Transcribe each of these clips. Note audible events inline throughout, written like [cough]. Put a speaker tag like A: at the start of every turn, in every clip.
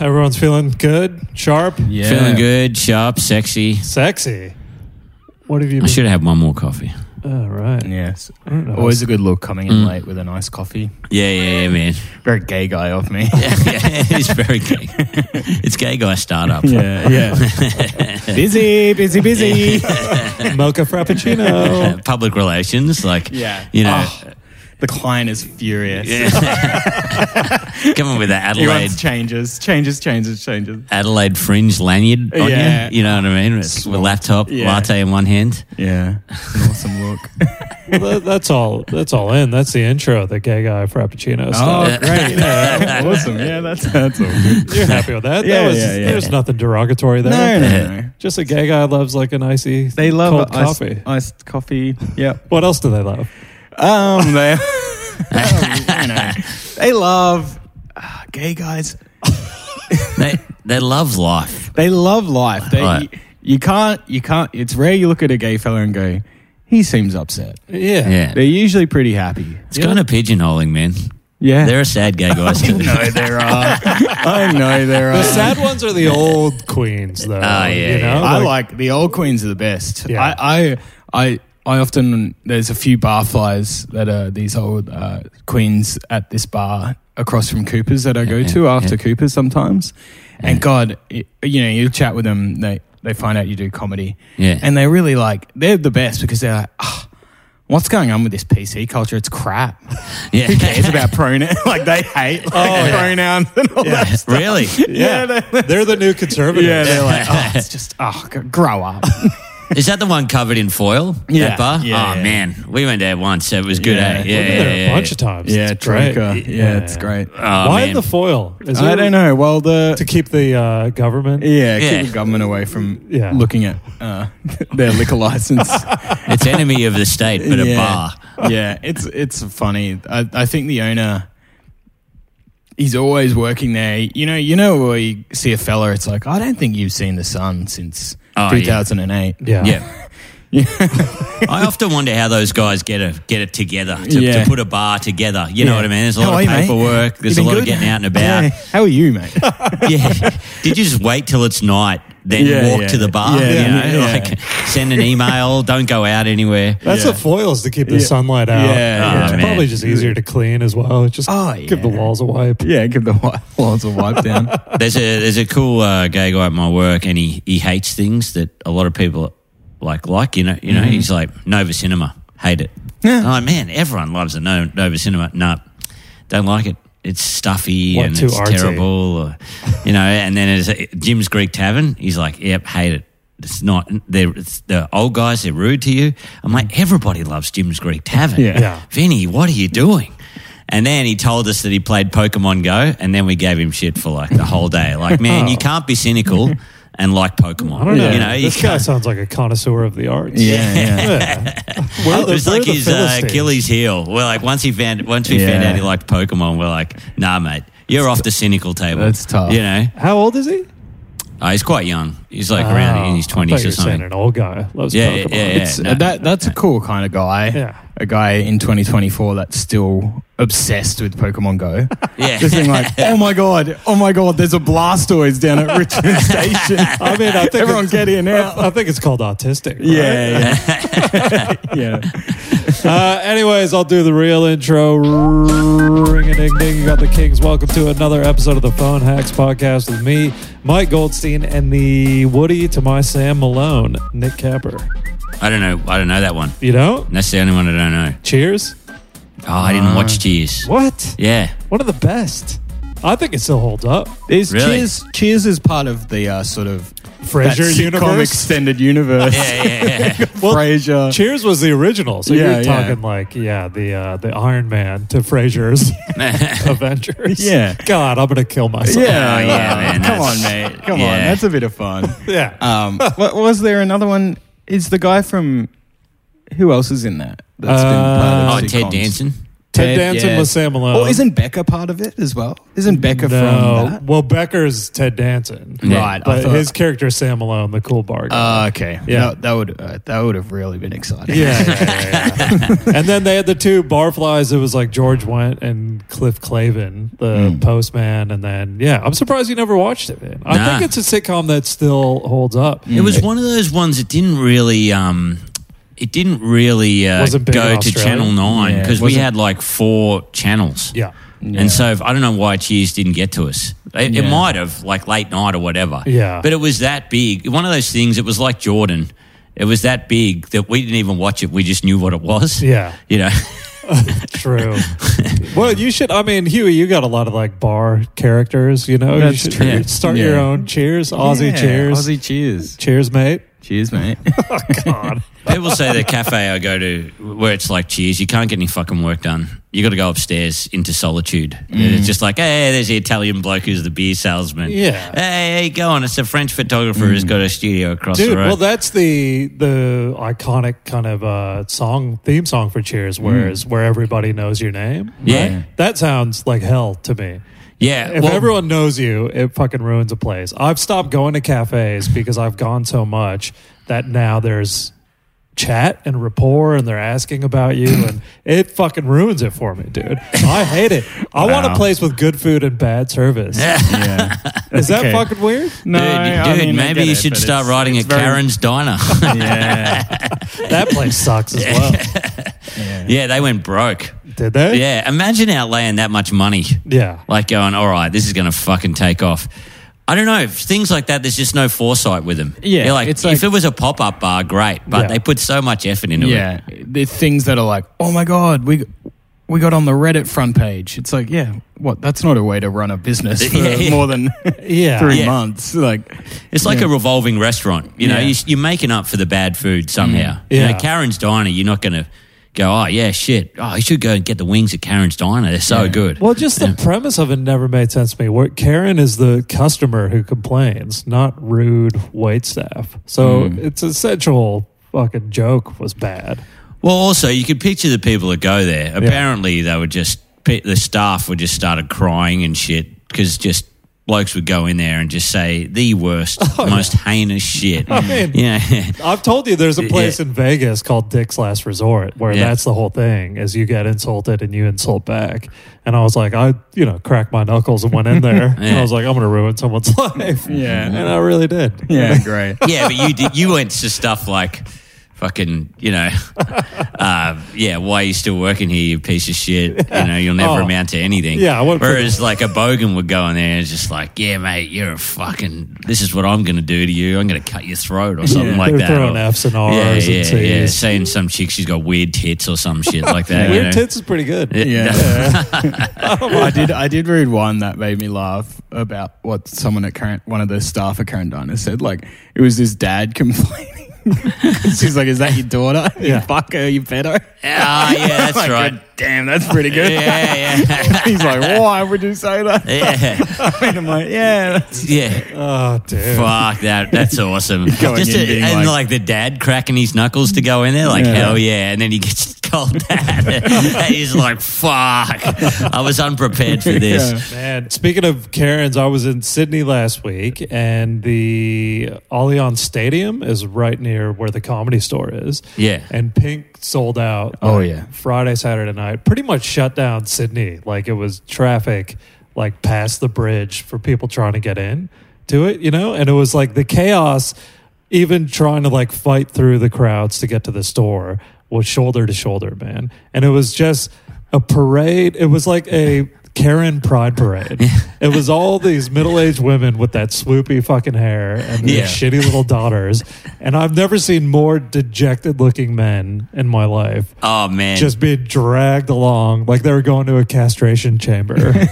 A: Everyone's feeling good, sharp,
B: Yeah.
C: Feeling good, sharp, sexy.
A: sexy. What have you
C: I
A: been?
C: should have had one more coffee.
A: All right.
B: Yes.
A: don't know.
B: Always a good look coming in
C: Mm.
B: late with a nice coffee.
C: Yeah, yeah, yeah, man.
B: Very gay guy of me.
C: [laughs] yeah, it's
B: [laughs]
C: very gay. It's gay guy startup.
B: yeah, yeah.
C: [laughs]
B: busy, busy, busy.
A: Mocha Frappuccino.
C: [laughs] Public relations, like,
B: yeah.
C: you know.
B: Oh, the client is furious. [laughs]
C: yeah. [laughs] Come on with that
B: He
C: Adelaide
B: wants changes, changes, changes, changes.
C: Adelaide fringe lanyard on
B: Yeah.
C: you. You know what I mean? With, with laptop,
B: Yeah.
C: latte in one hand.
B: Yeah. An awesome
C: [laughs]
B: look.
A: well, that, that's all. That's all in. That's the intro. The gay guy Frappuccino. stuff.
B: oh,
C: [laughs]
B: great. Yeah. awesome. Yeah, that's, that's all good.
A: You're happy with that?
B: Yeah,
A: that was,
B: yeah, yeah.
A: There's nothing derogatory there.
B: [laughs] No, no, no.
A: Just a gay guy loves like an icy.
B: They
A: cold
B: love iced,
A: coffee.
B: iced coffee. Yeah.
A: what else do they love?
B: [laughs] Um, they, [laughs] um,
C: [laughs]
B: you know, they love uh, gay guys.
C: They, they love life.
B: They love life. They,
C: Right.
B: You can't, you can't, it's rare you look at a gay fella and go, he seems upset.
A: Yeah.
C: Yeah.
B: They're usually pretty happy.
C: It's kind of pigeonholing, man.
A: [laughs]
B: Yeah.
C: There are sad
B: [laughs]
C: gay guys.
B: I
C: [laughs]
B: know there are. [laughs] I know uh, there are.
A: uh, The sad ones are the old queens, though.
C: Ah, yeah,
A: you know?
C: yeah.
B: I like the old queens are the best.
A: Yeah.
B: I, I, I, I often there's a few bar flies that are these old uh, queens at this bar across from Cooper's that I go
C: Yeah,
B: to
C: yeah,
B: after
C: yeah.
B: Cooper's sometimes, and God, it, you know, you chat with them, they they find out you do comedy,
C: Yeah.
B: and they really like they're the best because they're like, "Ah, what's going on with this PC culture? It's
C: [laughs]
B: crap.
C: Yeah.
B: Who cares about pronoun? [laughs] like they hate like, pronouns and all
C: [laughs]
B: that stuff.
C: Really?
A: Yeah.
B: they- [laughs]
A: They're the new conservatives.
B: yeah, they're like, [laughs] oh, it's just, oh, g- grow up.
C: Is that the one covered in foil?
B: Yeah.
C: That bar?
B: Yeah,
C: oh,
B: yeah.
C: man. We went there once. So it was good,
B: Yeah.
C: eh?
B: We've
C: Yeah.
A: We've been
C: yeah,
A: there
C: yeah,
A: a bunch of times.
B: Yeah,
A: It's great.
B: drinker. Yeah, it's great.
C: Oh,
A: Why
C: man.
A: the foil? Is
B: I
A: it
B: don't know. Well, the
A: To keep the uh, government.
B: yeah,
C: Yeah.
B: keep the government away from
A: Yeah.
B: looking at uh, [laughs] their liquor
C: [laughs]
B: license.
C: It's enemy of the state, but a
B: Yeah.
C: bar.
B: yeah, it's it's funny. I, I think the owner. He's always working there. You know, you know where you see a fella, it's like, I don't think you've seen the sun since
C: Oh, yeah.
B: 2008.
A: Yeah.
B: [laughs]
C: Yeah. I often wonder how those guys get a, get it together to,
B: Yeah.
C: to put a bar together. You know
B: Yeah.
C: what I mean? There's a
B: How
C: lot
B: are
C: of
B: you, mate?
C: paperwork. There's
B: You
C: a
B: been
C: lot of
B: good?
C: getting out and about.
B: [laughs] Yeah. How are you,
C: [laughs]
B: mate?
C: Yeah. Did you just wait till it's night, then
B: Yeah,
C: walk
B: yeah.
C: to the bar?
B: Yeah,
C: you know,
B: yeah.
C: like send an email. Don't go out anywhere.
A: That's
B: Yeah.
A: the foils to keep the
B: Yeah.
A: sunlight out.
B: Yeah,
A: It's
C: yeah.
A: probably
C: Man.
A: just easier to clean as well. Just
B: Oh,
A: give the
B: yeah.
A: walls a wipe.
B: yeah, give the wi- walls a wipe down.
C: There's a there's a cool uh, gay guy at my work, and he, he hates things that a lot of people like like. You know, you know. He's like Nova Cinema, hate it.
B: Mm-hmm. Yeah.
C: Oh man, everyone loves the no, Nova Cinema. No, don't like it. It's stuffy
A: What,
C: and
A: too
C: it's
A: artsy?
C: terrible, or, you know. And then there's uh, Jim's Greek Tavern. He's like, yep, hate it. It's not. They're it's the old guys. They're rude to you. I'm like, everybody loves Jim's Greek Tavern.
B: Yeah.
A: Yeah.
C: Vinny, what are you doing? And then he told us that he played Pokemon Go, and then we gave him shit for like the whole day.
A: [laughs]
C: Like, man, you can't be cynical and like Pokemon.
A: Oh. I don't know.
C: You know, you
A: this guy
C: can't-
A: sounds like a connoisseur of the arts.
B: Yeah, yeah.
A: yeah.
C: [laughs] it was like his uh, Achilles heel. We're like, once he found, once we found
B: Yeah.
C: out he liked Pokemon, we're like, nah, mate, you're off the cynical table.
B: that's tough.
C: You know,
A: How old is he?
C: Uh, he's quite young. He's like around in his
A: Oh, I thought
C: twenties
A: you
C: or
A: were saying
C: something.
A: an old guy loves
C: Yeah,
A: Pokemon.
C: yeah, yeah.
B: It's,
C: no.
B: that, that's a cool kind of guy.
A: Yeah.
B: A guy in 2024 that's still obsessed with Pokemon Go.
C: [laughs] Yeah.
B: Just being like, oh my God, oh my God, there's a Blastoise down at
C: [laughs]
B: Richmond Station.
A: I mean, I think
B: Everyone
A: it's-
B: get here now.
A: I think it's called autistic. right?
B: Yeah, yeah. [laughs] yeah.
A: Uh, anyways, I'll do the real intro. Ring a ding ding. You got the Kings. Welcome to another episode of the Phone Hacks Podcast with me, Mike Goldstein, and the Woody to my Sam Malone, Nick Capper.
C: I don't know. I don't know that one.
A: You know?
C: That's the only one I don't know.
A: Cheers.
C: Oh, I didn't watch Cheers.
A: Uh, What?
C: Yeah.
A: One of the best. I think it still holds up.
B: There's
C: Really?
B: Cheers. Cheers is part of the uh, sort of that
A: Frasier
B: sitcom
A: universe.
B: extended universe.
C: Yeah, yeah,
A: [laughs]
C: yeah.
A: Well,
B: Frasier.
A: Cheers was the original, so
B: Yeah,
A: you're
B: yeah.
A: talking like yeah, the uh, the Iron Man to
B: [laughs]
A: Frasier's [laughs] Avengers.
B: Yeah.
A: God, I'm gonna kill myself.
B: yeah,
C: Oh, yeah,
B: yeah,
C: man,
B: Come on,
C: that's-
B: mate. Come on.
C: yeah.
B: That's a bit of fun.
A: yeah.
B: Um, what, was there another one? Is the guy from who else is in that? That's
A: Uh,
C: Oh,
B: the
C: Ted
B: sitcoms?
C: Danson.
A: Ted
B: Ted,
A: Danson
B: yeah.
A: with Sam Malone.
B: Or isn't Becca part of it as well? Isn't Becca
A: no.
B: from that?
A: Well, Becker's Ted Danson.
C: Yeah.
B: Right. I
A: But
B: thought-
A: his character is Sam Malone, the cool bar guy.
C: Uh,
B: Ah, okay.
A: Yeah.
B: Yeah. That, that would uh, that would have really been exciting.
A: [laughs]
B: [laughs]
A: Yeah, yeah, yeah, yeah. and then they had the two barflies. It was like George Went and Cliff Clavin, the
B: Hmm.
A: postman. And then, yeah, I'm surprised you never watched it. Man. I
C: Nah.
A: think it's a sitcom that still holds up.
C: It was one of those ones that didn't really. Um, it didn't really uh,
A: Wasn't big in
C: go to
A: Australia.
C: Channel Nine
B: Yeah,
C: because we
B: wasn't-
C: had like four channels.
A: Yeah.
B: Yeah.
C: And so if, I don't know why Cheers didn't get to us. It, it
B: Yeah.
C: might have, like late night or whatever.
A: Yeah.
C: But it was that big. One of those things, it was like Jordan. It was that big that we didn't even watch it. We just knew what it was.
A: Yeah.
C: You know, [laughs]
B: [laughs]
A: True. well, you should. I mean, Huey, you got a lot of like bar characters. You know,
B: That's
A: you should
B: true.
A: you start your
B: Yeah.
A: own. Cheers, Aussie
B: Yeah,
A: cheers,
B: Aussie cheers.
A: cheers, mate.
B: Cheers, [laughs] mate.
A: God,
C: people say the cafe I go to where it's like Cheers, you can't get any fucking work done. You got to go upstairs into solitude.
B: Mm.
C: It's just like, hey, there's the Italian bloke who's the beer salesman.
A: Yeah.
C: Hey, hey, go on. It's a French photographer
B: Mm.
C: who's got a studio
A: [laughs]
C: across
A: dude.
C: the road.
A: Well, that's the the iconic kind of uh, song theme song for Cheers, whereas where everybody knows your name.
C: Yeah.
A: that sounds like hell to me.
C: yeah.
A: If
C: well,
A: everyone knows you, it fucking ruins a place. I've stopped going to cafes because I've gone so much that now there's chat and rapport and they're asking about you and it fucking ruins it for me, dude. I hate it. I want a
B: Wow.
A: place with good food and bad service.
B: yeah.
A: Is that
B: Okay.
A: fucking weird?
B: No,
C: dude,
B: I
C: dude,
B: mean, I
C: maybe
B: get
C: you
B: it,
C: should
B: but
C: start
B: it's-
C: writing
B: it's
C: at
B: very-
C: Karen's
B: [laughs]
C: Diner. [laughs]
B: Yeah.
A: That place sucks as well.
C: yeah, they went broke.
B: [laughs]
A: Did they?
C: Yeah, imagine outlaying that much money.
A: Yeah.
C: Like going, all right, this is going to fucking take off. I don't know. if Things like that, there's just no foresight with them.
B: Yeah,
C: You're like,
B: it's like-
C: if it was a pop up bar, great. But
A: Yeah.
C: they put so much effort into it.
B: Yeah. The things that are like, oh my God, we we got on the Reddit front page. It's like, yeah, what? That's not a way to run a
C: [laughs]
B: business for
C: Yeah, yeah.
B: more than
A: Yeah.
B: three
C: Yeah.
B: months. Like,
C: It's like
B: Yeah.
C: a revolving restaurant. You know,
B: Yeah. Mm.
C: you, you're making up for the bad food somehow. You know,
A: Yeah.
C: Karen's Diner, you're not going to go, oh, yeah, shit. Oh, you should go and get the wings at Karen's Diner. They're so
B: Yeah.
C: good.
A: Well, just the premise of it never made sense to me. Where Karen is the customer who complains, not rude waitstaff. So
B: Mm.
A: it's essential fucking joke was bad.
C: Well, also you could picture the people that go there. Apparently, they were just pe- the staff were just started crying and shit because just blokes would go in there and just say the worst, most heinous shit.
A: Oh, [laughs] I mean-
C: yeah.
A: I've told you there's a place in Vegas called Dick's Last Resort where
C: Yeah.
A: that's the whole thing is you get insulted and you insult back. And I was like, I, you know, cracked my knuckles and went in
B: [laughs]
A: there. And I was like, I'm going to ruin someone's [laughs] life.
B: Yeah.
A: And I really did.
B: yeah,
C: [laughs]
B: great.
C: [laughs] yeah, but you did, you went to stuff like fucking, you know, [laughs] uh, yeah, why are you still working here, you piece of shit? You know, you'll never
A: Oh.
C: amount to anything.
A: Yeah, I wouldn't-
C: Whereas like a bogan would go in there and it's just like, yeah, mate, you're a fucking, this is what I'm going to do to you. I'm going to cut your throat or something
B: Yeah.
C: like
A: They're
C: that.
A: throwing
C: or-
A: Fs and Rs and
C: yeah, yeah, yeah.
A: Cs.
C: Saying some chick, she's got weird tits or some shit like that. you
A: Weird
C: know?
A: tits is pretty good.
B: Yeah.
C: [laughs]
B: I did I did read one that made me laugh about what someone at current one of the staff at current diner said. Like it was this dad [laughs] complaining. She's like, Is that your daughter? [laughs]
A: Yeah.
B: You fucker, you pedo.
A: [laughs]
C: Ah, yeah, that's
B: Like,
C: right.
B: "God Damn, that's pretty good.
C: [laughs] Yeah, yeah.
B: [laughs] He's like, Why would you say that?
C: Yeah,
B: [laughs]
C: [laughs]
B: And I'm like, Yeah, that's
C: yeah.
A: Oh, dude.
C: Fuck that.
B: [laughs]
C: That's awesome.
B: Going
C: Just
B: in
C: a-
B: being
C: and like,
B: like-
C: the dad cracking his knuckles to go in there, like
B: Yeah.
C: hell yeah, and then he gets [laughs] called dad. and [laughs] he's like, "Fuck, I was unprepared for this."
B: Yeah.
A: Man, speaking of Karens, I was in Sydney last week, and the Allianz Stadium is right near where the Comedy Store is.
C: Yeah.
A: and Pink sold out.
B: Oh,
A: like,
B: yeah.
A: Friday, Saturday night, pretty much shut down Sydney. Like it was traffic, like past the bridge for people trying to get in to it, you know. And it was like the chaos, even trying to like fight through the crowds to get to the store was shoulder to shoulder, man. And it was just a parade. It was like a Karen Pride
B: [laughs]
A: Parade. It was all these middle aged women with that swoopy fucking hair and their
C: Yeah.
A: shitty little daughters. And I've never seen more dejected looking men in my life
C: Oh man,
A: just being dragged along like they were going to a castration chamber. Dude,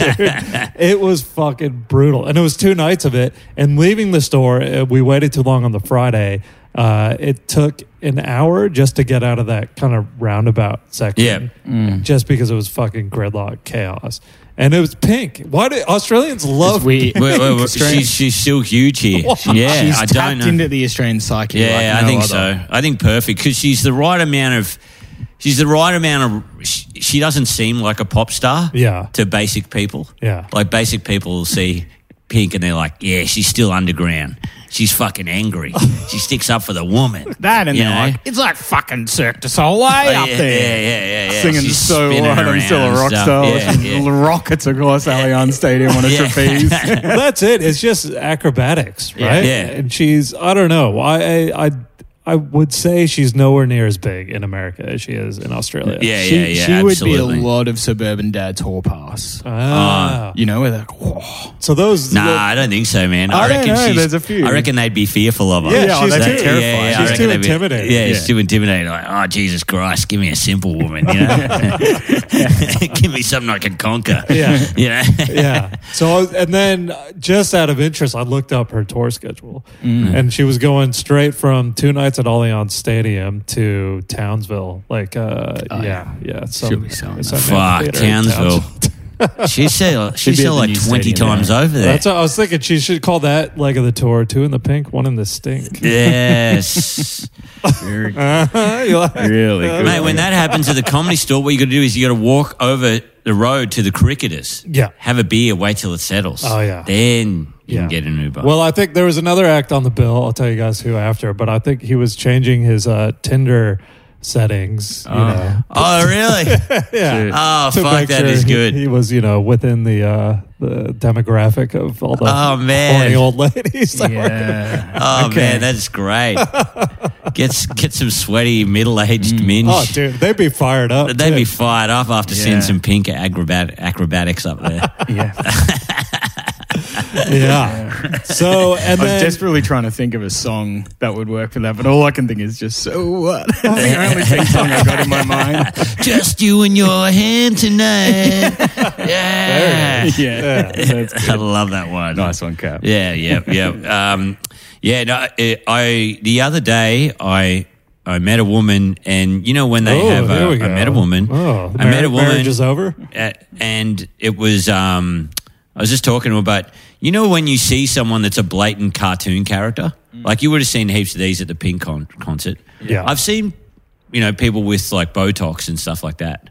A: it was fucking brutal. And it was two nights of it. And leaving the store, uh, we waited too long on the Friday. Uh, it took an hour just to get out of that kind of roundabout section.
C: Yeah.
A: Just because it was fucking gridlock chaos. And it was pink. Why do Australians love
B: we
C: Wait, wait,
B: [laughs]
C: wait, she's, she's still huge here. Yeah,
B: she's
C: I
B: tapped
C: don't know.
B: into the Australian psyche.
C: Yeah,
B: like
C: I
B: no
C: think
B: other.
C: so. I think perfect because she's the right amount of. she's the right amount of. She, she doesn't seem like a pop star.
A: Yeah.
C: To basic people.
A: Yeah.
C: Like basic people will see Pink and they're like, yeah, she's still underground. She's
B: [laughs]
C: fucking angry. she sticks up for the woman.
B: That and
C: You
B: they're
C: know?
B: like, it's like fucking Cirque du Soleil up
C: Oh, yeah,
B: there.
C: yeah, yeah, yeah, yeah.
B: Singing
C: She's
B: so
C: spinning
B: loud,
C: around
B: I'm still a
C: and
B: rock
C: stuff.
B: star.
C: Yeah,
B: She
C: yeah.
B: Rockets across Allianz Stadium on a
C: [laughs] Yeah.
B: trapeze.
A: Well, that's it. It's just acrobatics,
C: Yeah.
A: right?
C: Yeah.
A: And she's I don't know. I I I, I would say she's nowhere near as big in America as she is in Australia.
C: Yeah,
B: she
C: yeah, yeah.
B: she would be a
C: absolutely.
B: lot of suburban dad's hall pass.
A: Ah.
B: you know, where they're like, "Whoa."
A: so those
C: Nah, I don't think so, man.
B: I
C: I,
B: don't
C: reckon
B: know,
C: she's.
B: there's a few.
C: I reckon they'd be fearful of her.
A: Yeah,
B: Yeah, she's
C: They'd-
B: too-
C: Yeah, yeah,
A: she's
C: I reckon
A: too
C: they'd be-
A: intimidating.
C: Yeah,
B: Yeah.
C: she's too intimidating. Like, oh Jesus Christ, give me a simple woman. You know, [laughs] give me something I can conquer.
A: Yeah.
C: you know.
A: yeah. So I was- and then uh, just out of interest, I looked up her tour schedule,
C: Mm.
A: and she was going straight from two nights at Allianz Stadium to Townsville. Like, uh,
C: Oh,
A: yeah, yeah, some-
B: She'll be selling
A: some
C: [laughs] Fuck
A: amphitheater in
C: Townsville.
B: [laughs]
C: she sell. She
B: She'd be at
C: sell
B: the
C: like
B: new
C: twenty
B: stadium,
C: times
B: yeah.
C: over there.
A: That's what I was thinking. She should call that leg of the tour two in the pink, one in the stink.
C: [laughs]
A: [laughs]
B: [laughs]
C: Yes.
B: Very-
A: Ah. You're like-
B: really good.
C: Mate, when that happens at the comedy store, what you got to do is you got to walk over the road to the cricketers.
A: Yeah.
C: Have a beer, wait till it settles.
A: Oh, yeah.
C: Then you
A: Yeah.
C: can get an Uber.
A: Well, I think there was another act on the bill. I'll tell you guys who after, but I think he was changing his uh, Tinder settings. You know, [laughs]
C: oh, really?
A: yeah.
C: oh,
A: to
C: fuck,
A: make
C: that
A: sure
C: is
A: he-
C: good.
A: He, was, you know, within the uh, the demographic of all the
C: Oh, man.
A: horny old ladies. that were-
B: [laughs] yeah.
C: oh,
B: Okay.
C: man, that's great. get, s- get some sweaty middle aged minge.
A: [laughs] Oh, dude, they'd be fired up.
C: They'd
A: too.
C: be fired off after
B: Yeah.
C: seeing some pink acrobat- acrobatics up there. [laughs]
B: yeah.
C: [laughs]
A: yeah. So and
C: Oh,
B: I was
A: then
B: desperately trying to think of a song that would work for that, but all I can think is just so what. [laughs] That's the only thing song I got in my mind.
C: Just you and your hand tonight.
A: [laughs]
C: yeah.
B: [laughs] Yeah, that's
C: I love that one.
B: nice one, Cap.
C: Yeah, yeah, yeah. um, yeah, no, it, I the other day I I met a woman, and you know when they
A: Oh,
C: have
A: there
C: a,
A: we
C: I
A: go.
C: met a woman.
A: Oh, the
C: I met a
A: marriage-
C: woman.
A: Marriage is over.
C: a- and it was um, I was just talking about you know when you see someone that's a blatant cartoon character, like you would have seen heaps of these at the Pink con- concert.
A: Mm. Yeah.
C: I've seen you know people with like Botox and stuff like that,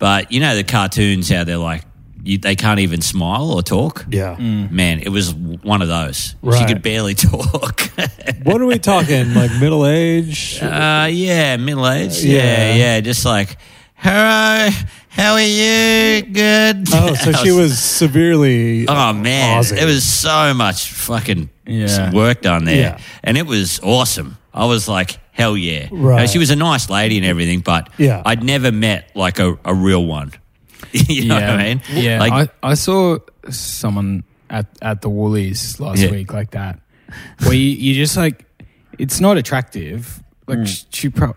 C: but you know the cartoons how they're like you, they can't even smile or talk.
A: Yeah.
C: Man, it was one of those. She
A: Right.
C: could barely talk.
A: [laughs]
C: [laughs]
A: What are we talking? Like middle age?
C: uh, yeah, middle aged.
A: Yeah.
C: Yeah, yeah, just like, hello, how are you? Good.
A: Oh,
C: [laughs]
A: so she was severely.
C: Oh man,
A: Aussie.
C: it was so much fucking
B: Yeah.
C: some work done there,
A: Yeah.
C: and it was awesome. I was like, hell yeah!
A: Right.
C: Now, she was a nice lady and everything, but
A: Yeah.
C: I'd never met like a, a real one. [laughs] you know what I mean?
B: Yeah,
C: like
B: I, I saw someone at, at the Woolies last
C: Yeah.
B: week like that. Where you, you just like, it's not attractive. Like sh she pro,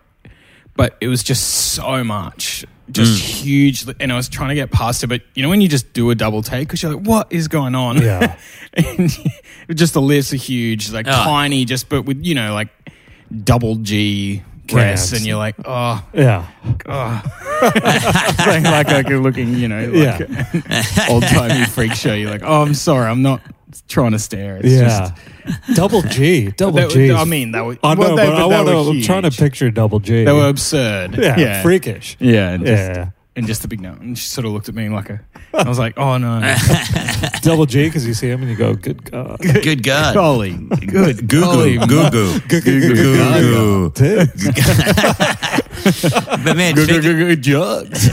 B: but it was just so much, just
C: Hmm.
B: huge. And I was trying to get past it, but you know when you just do a double take because you're like, what is going on?
A: Yeah.
B: [laughs] and just the lifts are huge, like
C: Ah.
B: tiny, just but with you know like double G.
A: Cans.
B: breasts and you're like, oh,
A: Yeah.
B: oh. [laughs] like, like I could looking, you know, like
A: Yeah.
B: [laughs] old timey freak show. You're like, oh, I'm sorry, I'm not trying to stare. It's
A: yeah.
C: [laughs]
A: double G. Double
B: That-
A: G.
B: I mean, that was.
A: I know,
B: well, they-
A: but I
B: they
A: want
B: were
A: to. I'm
B: huge.
A: trying to picture double G.
B: They were absurd.
A: yeah,
B: yeah,
A: freakish.
B: Yeah, and just,
A: Yeah.
B: and just the big note. And she sort of looked at me like a. I was like, oh
C: [laughs]
B: no,
A: Double G because you see him and you go, good
B: [laughs]
A: God.
C: good god,
B: golly, Oh, good,
C: Goo
B: golly,
C: goo, goo goo, goo
B: goo, goo,
C: goo.
A: Tits.
C: But man,
B: good,
C: speaking-
B: good, good jugs.
C: [laughs]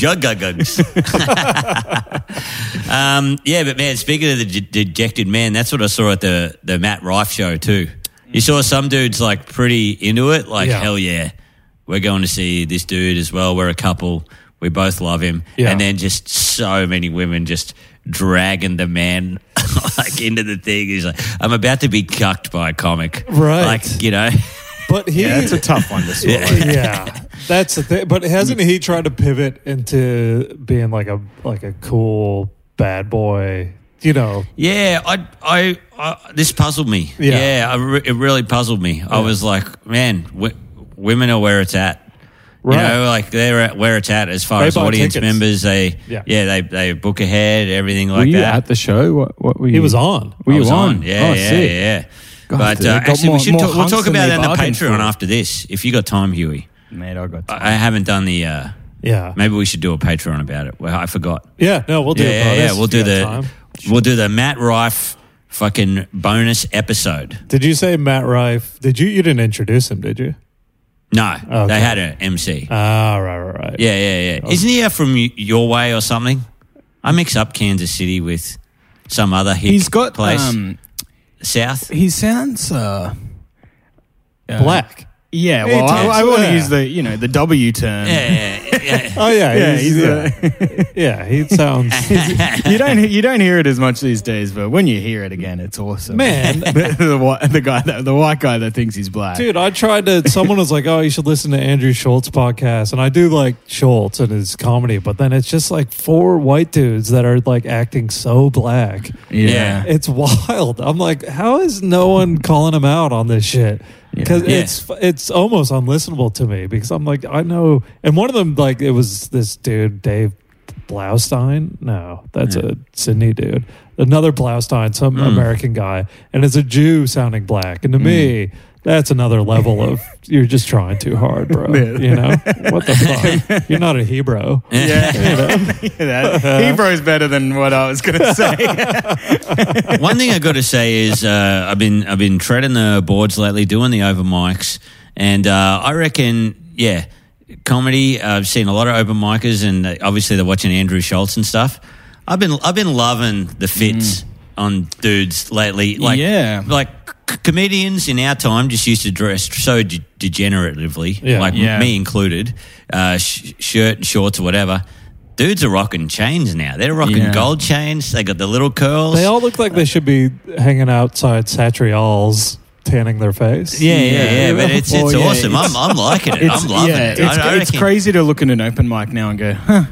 C: Juggugugs. um, yeah, but man, speaking of the de- dejected man, that's what I saw at the, the Matt Rife show too. You saw some dudes like pretty into it, like
A: Yeah.
C: hell yeah, we're going to see this dude as well. We're a couple, we both love him,
A: Yeah.
C: and then just so many women just dragging the man [laughs] like into the thing. He's like, I'm about to be cucked by a comic,
A: Right.
C: Like you know, [laughs]
A: But he.
B: Yeah,
A: Yeah, [laughs]
B: it's a tough one to swallow.
A: that's the thing. But hasn't he tried to pivot into being like a like a cool bad boy? You know,
C: Yeah, I, I, I this puzzled me.
A: Yeah.
C: Yeah, I re- it really puzzled me. I was like, man, w- women are where it's at.
A: Right.
C: You know, like they're at where it's at as far
A: They
C: as
A: buy
C: audience
A: tickets.
C: members. They,
A: Yeah.
C: yeah, they, they book ahead, everything
B: Were
C: like
B: you
C: that.
B: at the show? What, what were you?
A: he was on.
B: Were
C: I
B: you
C: was
B: on?
C: Yeah,
B: oh,
C: yeah,
B: sick.
C: yeah. But
B: dude,
C: uh,
B: got
C: actually,
B: more-
C: we should
B: more
C: talk, we'll
B: hunks
C: talk
B: than
C: about
B: they
C: that on the
B: bargained
C: Patreon
B: for.
C: after this. If you got time, Huey,
B: Mate, I got.
C: I I haven't done the. Uh,
A: Yeah.
C: maybe we should do a Patreon about it. Well, I forgot.
A: Yeah. No, we'll do
C: yeah,
A: it.
C: yeah,
A: bonus
C: yeah. We'll
A: if
C: do
A: you got
C: the
A: time.
C: we'll do the Matt Rife fucking bonus episode.
A: Did you say Matt Rife? Did you? You didn't introduce him, did you?
C: No,
B: Oh,
A: Okay.
C: they had an MC.
A: Ah, right, right, right.
C: yeah, yeah, yeah. Isn't he uh, from y- your way or something? I mix up Kansas City with some other hick
B: He's got.
C: place
B: Um,
C: south.
B: he sounds. Uh, uh,
A: Black.
B: Yeah,
A: He
B: well,
A: does,
B: I, I want
A: yeah.
B: to use the you know the W term.
C: Yeah, yeah, yeah.
A: Oh yeah,
B: Yeah,
A: he's,
B: he's
A: yeah. [laughs] yeah, he sounds
B: [laughs] you don't he- you don't hear it as much these days, but when you hear it again, it's awesome.
A: Man.
B: [laughs] the, the, whi- the guy, that, the white guy that thinks he's black.
A: Dude, I tried to. Someone was like, "Oh, you should listen to Andrew Schultz podcast," and I do like Schultz and his comedy, but then it's just like four white dudes that are like acting so black.
C: Yeah.
A: It's [laughs] wild. I'm like, how is no one calling him out on this shit? Because
C: Yeah.
A: it's it's almost unlistenable to me because I'm like, I know. And one of them, like, it was this dude, Dave Blaustein. No, that's a Sydney dude. Another Blaustein, some American guy, and it's a Jew sounding black. And to me, that's another level of [laughs] you're just trying too hard, bro.
B: Yeah.
A: You know what the fuck? You're not a Hebrew.
B: [laughs]
A: [laughs]
B: Yeah, Yeah, [laughs] that- Hebrew's better than what I was going to say.
C: [laughs] One thing I got to say is uh, I've been I've been treading the boards lately, doing the over mics, and uh, I reckon yeah, comedy. I've seen a lot of open micers, and uh, obviously they're watching Andrew Schultz and stuff. I've been I've been loving the fits on dudes lately. Like
B: Yeah.
C: like c- comedians in our time just used to dress so de- degeneratively,
A: Yeah.
C: like
B: Yeah.
C: me included, uh, sh- shirt and shorts or whatever. Dudes are rocking chains now. They're rocking
B: Yeah.
C: gold chains. They got the little curls.
A: They all look like they should be hanging outside Satrials tanning their face.
C: Yeah, yeah, yeah. But it's it's
B: Well, Oh, yeah,
C: awesome.
B: it's-
C: I'm, I'm liking it. I'm loving it. I-
B: It's,
C: I
B: it's
C: reckon-
B: crazy to look at an open mic now and go, huh,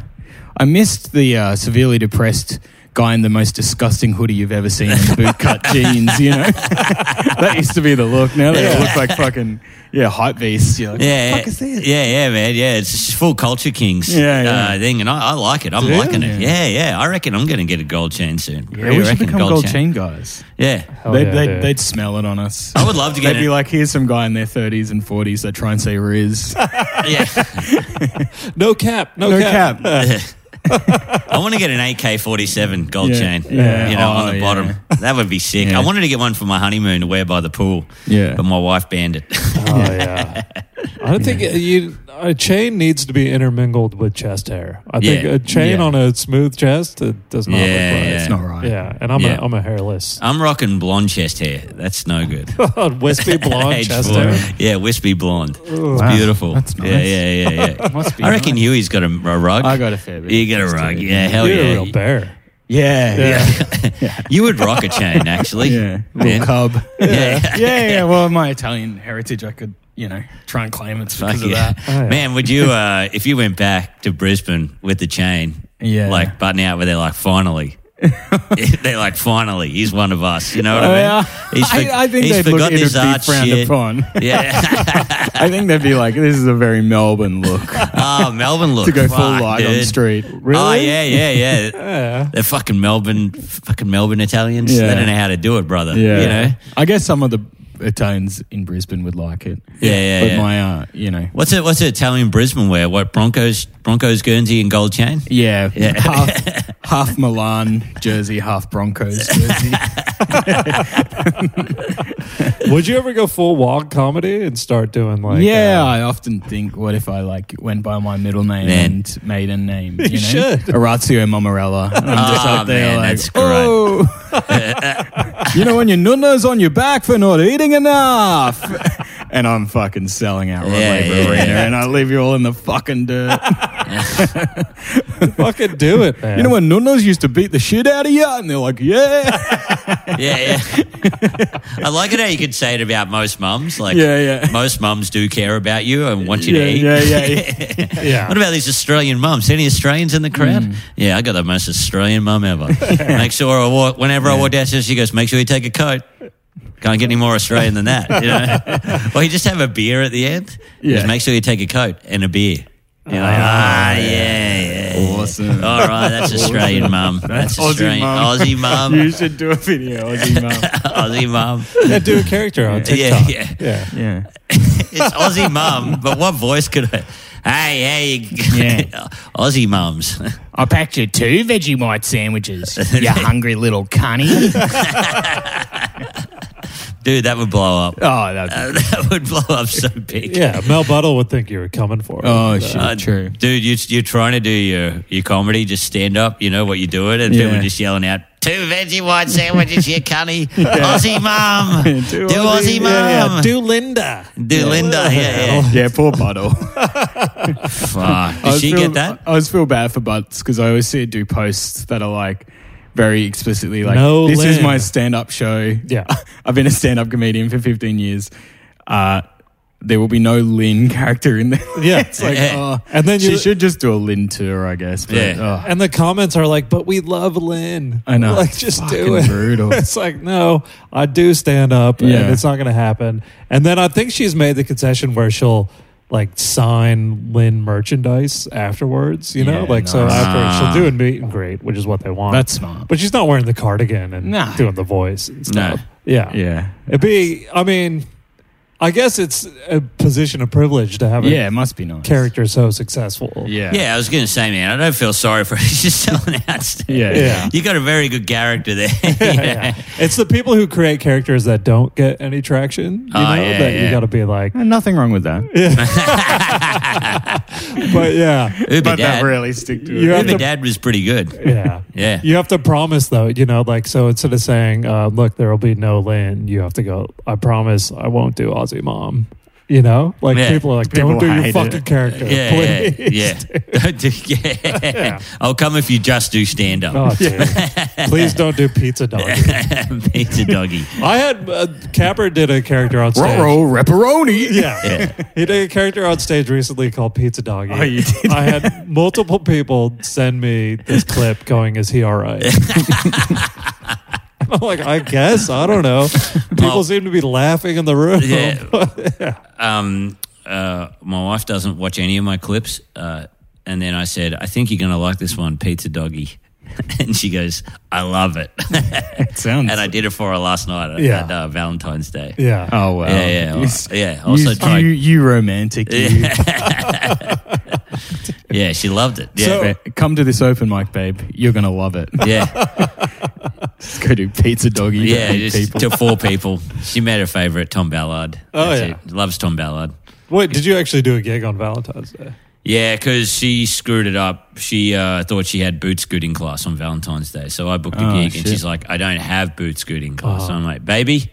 B: I missed the uh, severely depressed guy in the most disgusting hoodie you've ever seen in bootcut
C: [laughs]
B: jeans, you know? that used to be the look. Now they all look like fucking, yeah, hype beasts. You're like,
C: Yeah,
B: yeah,
C: yeah,
B: fuck is this?
C: yeah, yeah, man. Yeah, it's just full culture kings
B: Yeah,
C: Uh,
B: yeah.
C: thing, and I, I like it. I'm
A: Yeah.
C: liking it.
B: Yeah.
C: Yeah, yeah. I reckon I'm going to get a gold chain soon.
B: Yeah,
C: Really
B: we should
C: reckon
B: become gold chain guys.
C: Yeah,
A: Hell
B: they'd,
A: Oh, yeah,
B: they'd,
A: dude.
B: they'd smell it on us.
C: I would love to get
B: They'd
C: it.
B: be like, here's some guy in their 30s and 40s that try and say
C: [laughs]
B: Riz.
C: yeah.
A: no cap, no,
B: No
A: cap.
C: [laughs]
B: cap.
C: I want to get an AK-47 gold
B: Yeah.
C: chain.
B: Yeah.
C: you know,
B: Oh,
C: on the
B: yeah.
C: bottom. That would be sick.
B: Yeah.
C: I wanted to get one for my honeymoon to wear by the pool.
B: Yeah.
C: but my wife banned it.
A: Oh yeah. I don't think you a chain needs to be intermingled with chest hair. I think
C: Yeah.
A: a chain
B: Yeah.
A: on a smooth chest it does not
C: Yeah,
A: look right.
B: It's not right.
A: Yeah, and I'm
C: Yeah.
A: a I'm a
C: [laughs]
A: hairless,
C: [laughs] I'm rocking blonde chest hair. That's
B: [laughs]
C: no good.
A: [laughs]
C: [laughs]
A: wispy blonde
C: Age
A: chest
C: four.
A: hair.
C: Yeah, wispy blonde. It's
B: Wow.
C: beautiful.
B: Ah, That's nice.
C: Yeah,
B: [laughs]
C: yeah, yeah, yeah.
B: Must be
C: I reckon
B: nice.
C: Huey's got a, a rug.
B: I got a fair bit.
C: You got a
B: Just
C: rug.
B: bit.
C: Yeah, hell
A: You're
C: yeah.
A: a real bear.
B: Yeah.
A: Yeah.
B: [laughs]
C: You would rock a chain, actually.
B: Yeah, little
C: Yeah.
B: cub.
C: [laughs] Yeah.
B: yeah, yeah. Well, my Italian heritage, I could, you know, try and claim it's
C: Fuck
B: because of
C: yeah. [laughs]
B: that.
A: Oh, yeah.
C: Man, would you, uh,
B: [laughs]
C: if you went back to Brisbane with the chain,
B: Yeah.
C: like button out where they're like, finally. [laughs] they're like, finally, he's one of us. You know what I
B: Oh,
C: mean?
B: yeah.
C: He's
B: I- I think
C: he's
B: they'd look-
C: forgotten
B: it'd
C: his
B: be
C: art
B: frowned
C: shit.
B: upon.
C: Yeah.
B: [laughs] I think they'd be like, "This is a very Melbourne look [laughs]
C: [laughs]
B: to
C: [laughs] oh, Melbourne look.
B: go full
C: Fuck,
B: light on
C: dude.
B: street." Really?
C: Oh yeah,
B: [laughs]
C: yeah, yeah.
A: Yeah.
C: They're fucking Melbourne, fucking Melbourne Italians.
B: Yeah.
C: They don't know how to do it, brother.
B: yeah.
C: You know.
B: I guess some of the Italians in Brisbane would like it.
C: Yeah, yeah,
B: But
C: yeah.
B: my, uh, you know,
C: What's it? What's it? Italian Brisbane wear? What Broncos? Broncos Guernsey and gold chain.
B: yeah, [laughs]
C: Yeah.
B: half half Milan jersey, half Broncos jersey.
A: [laughs] Would you ever go full wog comedy and start doing like?
B: yeah,
A: uh,
B: I often think, what if I like went by my middle name
C: Man.
B: and maiden name?
C: [laughs]
B: You, know?
A: should.
B: Horatio Momorella. And I'm just
C: Ah,
B: out there
C: man,
B: like,
C: that's great. [laughs]
B: oh, you know when your nunna's on your back for not eating enough, and I'm fucking selling out Rod
C: Yeah,
B: Laver
C: yeah,
B: Arena,
C: yeah.
B: and I leave you all in the fucking
C: [laughs]
B: dirt.
A: fucking do it, man.
B: you know when nunnas used to beat the shit out of you, and they're like,
C: [laughs]
B: yeah,
C: Yeah, yeah.
B: [laughs]
C: I like it how you could say it about most mums. Like,
B: Yeah, yeah.
C: most mums do care about you and want you
B: yeah,
C: to eat.
B: yeah, yeah,
C: [laughs]
B: Mm.
A: Yeah.
C: [laughs] What about these Australian mums? Any Australians in the crowd? Yeah, I got the most Australian mum
B: [laughs]
C: ever. Make sure I walk, whenever I walk downstairs, she goes, make sure you take a coat. Can't get any more Australian than that. You
B: [laughs]
C: know? or you just have a beer at the end.
B: Yeah.
C: Just make sure you take a coat and a beer. You're like, ah, yeah, yeah.
B: awesome.
C: All right, that's Australian mum. That's
B: Aussie
C: Australian
B: mum.
C: Aussie mum.
B: You should do a video, Aussie
C: [laughs]
B: mum.
C: Aussie
B: [laughs]
C: mum.
A: Yeah, do a character on
C: [laughs] Yeah,
A: TikTok.
C: yeah.
A: yeah.
B: Yeah.
C: It's Aussie mum, but what voice could I? Hey, hey,
B: Yeah.
C: [laughs] Aussie mums.
B: I packed you two Vegemite sandwiches, you hungry little cunny. Oh,
C: Dude, that would blow
B: [laughs]
C: up. [laughs]
B: Oh, that's.
C: Uh, that would blow up so big.
A: Yeah, Mel Buttle would think you were coming for it.
B: Oh, shit.
C: Uh,
B: true.
C: Dude, you, you're trying to do your, your comedy, just stand up, you know what you're doing, and people
B: Yeah.
C: just yelling out, two veggie white sandwiches, you
B: [laughs]
C: cunny. Aussie mum. do,
B: Do
C: Aussie,
B: Aussie-
C: mum.
A: yeah, yeah.
C: Do,
A: Do Linda.
C: Linda. Yeah,
B: [laughs]
C: yeah.
B: Yeah, poor Buttle.
C: Fuck.
B: Oh, I
C: Did
B: always
C: she
B: feel,
C: get that?
B: I always feel bad for Butts because I always see her do posts that are like very explicitly like,
A: No
B: this is
A: limb.
B: my stand up show.
A: Yeah.
B: [laughs] I've been a stand up comedian for 15 years. Uh, there will be no Lynn character in there. [laughs]
A: Yeah.
B: it's like,
C: Yeah.
B: oh,
A: And then you-
B: she should just do a Lynn tour, I guess. But,
C: Yeah.
B: oh.
A: And the comments are like, but we love Lynn.
B: I know.
A: Like, just do
B: Fucking
A: it. [laughs]
B: brutal.
A: it's like, no, I do stand up and
B: Yeah.
A: it's not going to happen. And then I think she's made the concession where she'll like sign Lynn merchandise afterwards, you know?
B: Yeah,
A: like, so
B: nice.
A: after
C: Ah.
A: she'll do a meet and greet, which is what they want.
B: That's smart.
A: But she's not wearing the cardigan and
B: Nah.
A: doing the voice and
C: No.
A: stuff. Yeah.
B: yeah.
A: It'd be, I mean, I guess it's a position of privilege to have a
B: Yeah, it must be nice.
A: character so successful.
B: Yeah.
C: Yeah, I was going to say, man, I don't feel sorry for her. [laughs] She's selling out.
B: Yeah.
A: Yeah.
C: You got a very good
A: [laughs]
C: character there. [laughs] yeah.
A: It's the people who create characters that don't get any traction, you
C: Oh,
A: know,
C: yeah,
A: that you
C: yeah.
A: got to be
C: [laughs]
A: like,
B: And nothing wrong with that.
A: but yeah,
C: Uber
B: But
C: Dad.
B: that really stick to
A: You
B: it.
A: have
C: Uber
A: to-
C: Dad was
A: [laughs]
C: pretty good.
A: yeah,
C: Yeah.
A: You have to promise though, you know, like so instead of saying, uh, "Look, there will be no Lynn," you have to go, "I promise, I won't do Aussie Mom." You know, like
C: Yeah.
A: people are like,
B: People
A: "Don't do your
B: hate
A: fucking
B: it.
A: character,
C: Yeah,
A: please." [laughs]
C: yeah, [laughs] yeah. Don't do- yeah. I'll come if you just do stand up.
A: Oh, dude.
C: [laughs]
A: please don't do pizza dog. Oh.
C: Pizza doggy.
A: I had uh, Capper did a character on stage.
B: Roll, pepperoni.
A: [laughs] Yeah.
C: Yeah.
A: He did a character on stage recently called Pizza Doggy.
B: Oh, you did?
A: I had multiple people send me this clip going, Is he all right? [laughs] I'm like, I guess. I don't know. People
C: Well-
A: seem to be laughing in the room.
C: Yeah. Um, uh, my wife doesn't watch any of my clips. Uh, and then I said, I think you're going to like this one, Pizza Doggy. [laughs] and she goes, I love it. [laughs]
B: It sounds.
C: and I did it for her last night at,
A: Yeah.
C: at, uh, Valentine's Day.
A: [laughs] yeah.
B: oh, wow.
C: Yeah, yeah,
B: You
C: well,
B: s-
C: yeah.
B: you-
C: Also tried-
B: you, you
C: [laughs]
B: romantic. You.
C: Yeah, she loved it. Yeah.
A: So-
B: Ba- Come to this open mic, babe. You're gonna love it. [laughs]
A: [laughs]
C: yeah,
B: Just go to pizza doggy.
C: yeah,
B: Yeah,
C: just
B: people.
C: to four people. She met her favorite, Tom Ballard.
A: Oh,
C: That's
A: yeah.
C: it. loves Tom Ballard.
A: Wait, did you actually do a gig on Valentine's Day?
C: Yeah, because she screwed it up. She uh, thought she had boot scooting class on Valentine's Day. So I booked a
B: Oh,
C: gig
B: shit.
C: and she's like, I don't have boot scooting
A: Oh.
C: class. So I'm like, baby,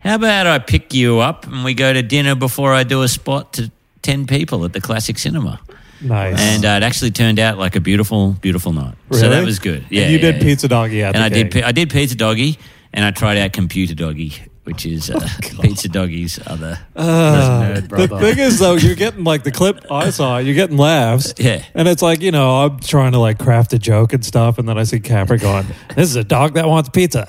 C: how about I pick you up and we go to dinner before I do a spot to 10 people at the Classic Cinema?
A: Nice.
C: And uh, it actually turned out like a beautiful, beautiful night. So that
A: Really?
C: was good. Yeah.
A: And you
C: yeah,
A: did
C: yeah.
A: Pizza Doggy at
C: And
A: the
C: I did,
A: gig.
C: pi- I did Pizza Doggy and I tried out Computer Doggy,
A: [laughs]
C: which is
A: Oh,
C: uh, Pizza Doggy's other.
A: Uh,
B: Nerd
A: the
B: brother.
A: thing is, though,
B: [laughs]
A: you're getting like the clip I saw, you're getting laughs.
C: Yeah.
A: And it's like, you know, I'm trying to like craft a joke and stuff. And then I see Capra going, This is a dog that wants pizza.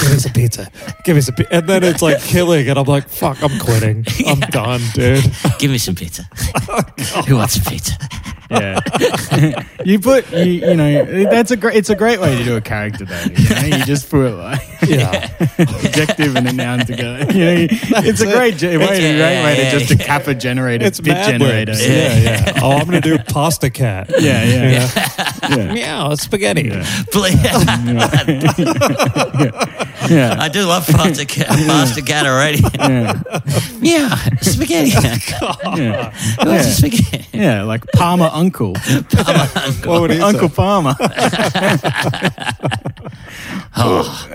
A: Give me some pizza. Give me some pizza. And then it's like
B: [laughs]
A: killing. And I'm like, Fuck, I'm quitting. I'm done, dude.
C: Give me some
A: [laughs]
C: pizza.
A: Oh,
C: [laughs] Who wants a pizza?
B: [laughs] yeah. [laughs] you put you, you know that's a great. It's a great way to do a character though. You, know? you just put like [laughs]
A: Yeah.
B: adjective and a noun together. [laughs] You know, you- it's a
A: it.
B: great ge- way,
C: It's-
B: great
C: yeah,
B: way
C: yeah,
B: to just to cap a generator.
A: It's
B: bit
A: Mad
B: generator.
A: Libs.
B: Yeah.
A: Yeah,
C: [laughs]
A: yeah. Oh, I'm going
B: [laughs]
A: to do Pasta Cat.
B: Yeah, yeah,
A: You know?
B: yeah.
A: Meow, spaghetti.
B: Yeah.
C: Please.
A: Oh,
B: yeah.
C: [laughs] I do love pasta
A: [laughs]
C: cat, pasta cat already.
B: Yeah.
C: [laughs] yeah, spaghetti.
A: [laughs] Oh,
B: Yeah.
C: Who wants a spaghetti? [laughs]
B: Yeah, like Palmer Uncle.
A: What would he say?
B: Uncle Palmer.
C: Oh,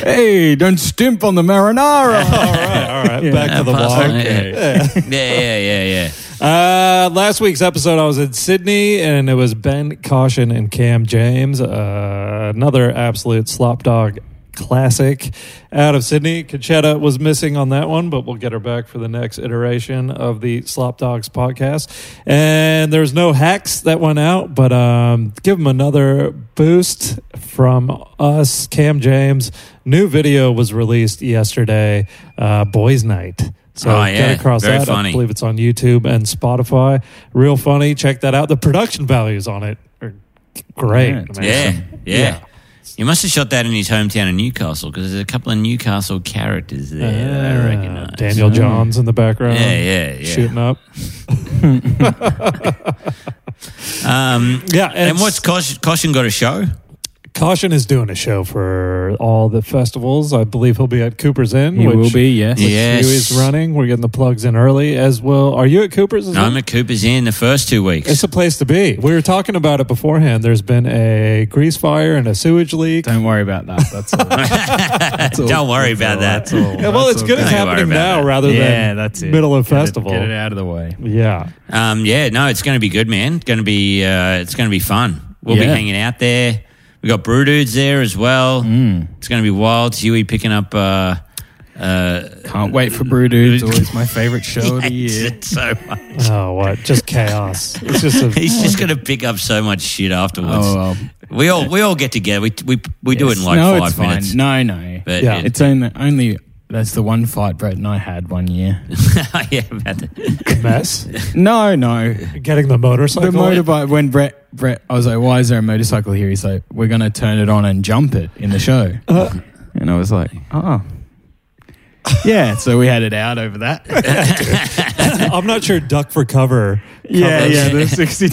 B: hey, don't stimp on the
A: [laughs]
B: marinara.
A: All right, all right.
B: [laughs] Yeah.
A: Back to the
C: pasta,
A: log.
C: Yeah. yeah, yeah, yeah, yeah.
A: Uh, last week's episode, I was in Sydney, and it was Ben Caution and Cam James, uh, another absolute slop dog classic out of Sydney. Conchetta was missing on that one, but we'll get her back for the next iteration of the Slop Dogs podcast. And there's no hacks that went out, but um, give them another boost from us. Cam James' new video was released yesterday, uh, Boys Night. So
C: Oh, yeah.
A: get across
C: Very
A: that. I
C: funny.
A: believe it's on YouTube and Spotify. Real funny. Check that out. The production values on it are Great.
B: Yeah,
A: man.
C: Yeah, yeah.
A: Yeah.
C: You must have shot that in his hometown of Newcastle because there's a couple of Newcastle characters there that
A: Ah,
C: I recognise.
A: Daniel Johns in the background.
C: Yeah, yeah, yeah.
A: Shooting up.
C: Um,
A: Yeah.
C: and what's Caution, Caution got a show?
A: Caution is doing a show for all the festivals. I believe he'll be at Cooper's Inn.
B: He
A: which
B: will be, yes.
C: Yeah.
A: Yes.
C: Yes.
A: Huey's running. We're getting the plugs in early as well. Are you at Cooper's? as well?
C: I'm at Cooper's Inn the first two weeks.
A: It's a place to be. We were talking about it beforehand. There's been a grease fire and a sewage leak.
B: Don't worry about that. That's all. That's all.
C: Don't worry
B: That's
C: about
B: all.
C: that.
B: That's all.
A: Yeah, well,
B: That's
A: it's
B: all
A: good it's
C: Don't you worry
A: happening
C: about
A: now
C: that.
A: rather
B: yeah,
A: than
B: that's it.
A: middle of
B: Get it-
A: festival.
B: get it out of the way.
A: yeah.
C: Um, yeah, no, it's going to be good, man. It's going to be uh, it's going to be fun. We'll be
B: Yeah.
C: hanging out there. We got brew dudes there as well.
B: Mm. Hmm.
C: It's going to be wild. Huey picking up. Uh, uh,
B: Can't wait for Brew Dude. It's always my favorite show of the
C: hates [laughs]
B: year.
C: it so much.
A: Oh, what? Just chaos. It's just
C: [laughs]
A: a,
C: He's just going to pick up so much shit afterwards.
B: Oh, well.
C: we all we all get together. We we, we do it in like
B: no,
C: five
B: it's
C: minutes.
B: Fine. No, no.
C: But
A: Yeah.
C: yeah,
B: It's only, only that's the one fight Brett and I had one year.
C: yeah, [laughs] about that.
A: mess.
B: no, no.
A: Getting the motorcycle.
B: The motorbike when Brett Brett I was like, Why is there a motorcycle here? He's like, We're gonna turn it on and jump it in the show. and I was like, Oh. yeah, so we had it out over that.
A: [laughs]
B: [laughs]
A: I'm not sure duck for cover
B: yeah,
A: [laughs]
C: Covers.
B: yeah, the [laughs] sixty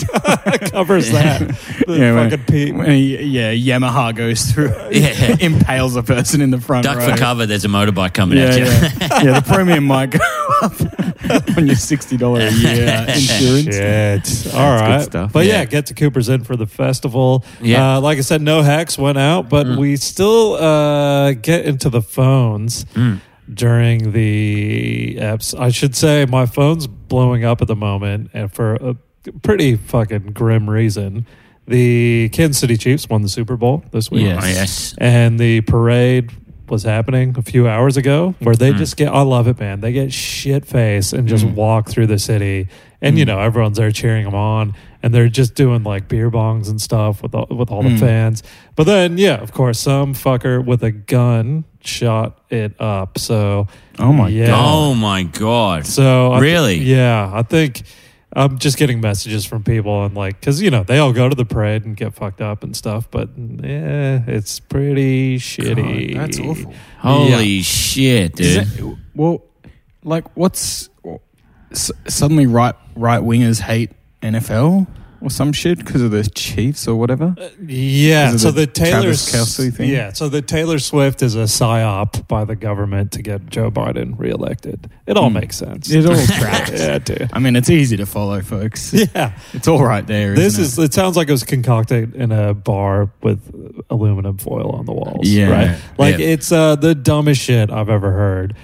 A: covers that. The
B: yeah, when-
A: fucking Pete.
B: when a- yeah, Yamaha goes through
C: Yeah.
B: [laughs] impales a person in the front.
C: duck
B: row.
C: for cover. There's a motorbike coming
B: Yeah,
C: at you.
B: yeah. yeah, the premium might go [laughs] up [laughs] on your sixty dollar
A: [laughs]
B: a year uh, insurance.
A: Shit. All right.
B: stuff.
A: But yeah.
C: Yeah.
A: get to Cooper's Inn for the festival.
C: Yeah.
A: Uh, like I said, no hacks went out, but we still uh, get into the phones
C: [laughs]
A: during the apps. I should say my phone's blowing up at the moment, and for a pretty fucking grim reason. The Kansas City Chiefs won the Super Bowl this week.
B: Yes.
C: Oh, yes.
A: And the parade was happening a few hours ago where they just get, I love it, man. They get shit face and just walk through the city. And, you know, everyone's there cheering them on and they're just doing like beer bongs and stuff with all, with all
B: Hmm.
A: the fans. But then, yeah, of course, some fucker with a gun shot it up. So,
B: Oh my
A: yeah.
C: Oh my god.
A: So I th-
C: Really?
A: yeah, I think I'm just getting messages from people and like, because you know they all go to the parade and get fucked up and stuff, but yeah, it's pretty shitty.
B: God, that's awful.
C: Holy shit,
B: Is
C: dude.
B: it- well, like, what's s- suddenly right right wingers hate NFL or some shit because of the Chiefs or whatever?
A: Yeah.
B: Is it
A: So the,
B: the
A: Taylor
B: Travis Kelce thing?
A: Yeah. So the Taylor Swift is a psyop by the government to get Joe Biden reelected. It all makes sense.
B: Hmm. It all [laughs] tracks.
A: [laughs] yeah, dude.
B: I mean, it's easy to follow, folks.
A: Yeah.
B: It's all right there.
A: This
B: isn't
A: is. It sounds like it was concocted in a bar with aluminum foil on the walls.
B: Yeah.
A: Right. Like
C: Yeah.
A: it's uh, the dumbest shit I've ever heard.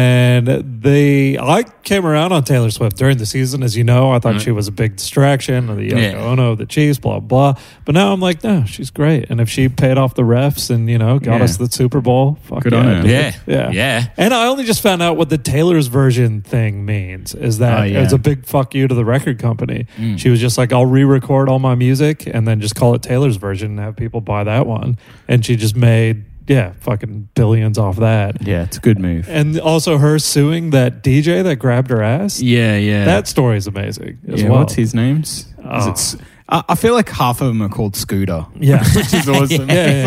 A: And they, I came around on Taylor Swift during the season, as you know. I thought
B: Mm-hmm.
A: she was a big distraction, or the Yoko
C: Yeah.
A: Ono, the Chiefs, blah blah. But now I'm like, no, she's great. And if she paid off the refs and you know got
B: Yeah.
A: us the Super Bowl, fuck
B: Good
A: yeah,
B: on her.
A: dude.
C: Yeah.
A: yeah,
C: Yeah.
A: And I only just found out what the Taylor's version thing means. Is that
B: Oh, yeah. Hmm.
A: it's a big fuck you to the record company. She was just like, I'll re-record all my music and then just call it Taylor's version and have people buy that one. And she just made yeah, fucking billions off that.
B: it? Yeah, it's a good move.
A: And also her suing that DJ that grabbed her ass.
B: Yeah, yeah.
A: That story is amazing as
B: yeah,
A: well.
B: What's his names? Is
A: Oh.
B: it, S- I, I feel like half of them are called Scooter.
A: [laughs] yeah.
B: [laughs] Which is
C: [laughs]
B: awesome.
A: yeah,
B: It's
A: yeah,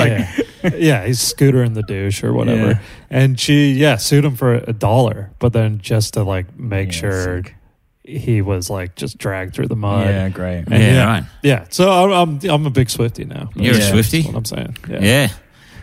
B: like-
A: yeah. [laughs] Yeah, he's scooter in the douche or whatever.
B: Yeah.
A: And she, yeah, sued him for a dollar, but then just to like make
B: Yeah,
A: sure
B: sick.
A: he was like just dragged through the mud.
B: yeah, great.
A: And
C: Yeah,
A: yeah,
C: right.
A: yeah. So I'm, I'm I'm a big Swifty now.
C: You're
B: Yeah.
C: a
A: That's
C: Swifty.
A: what I'm saying. Yeah.
C: Yeah.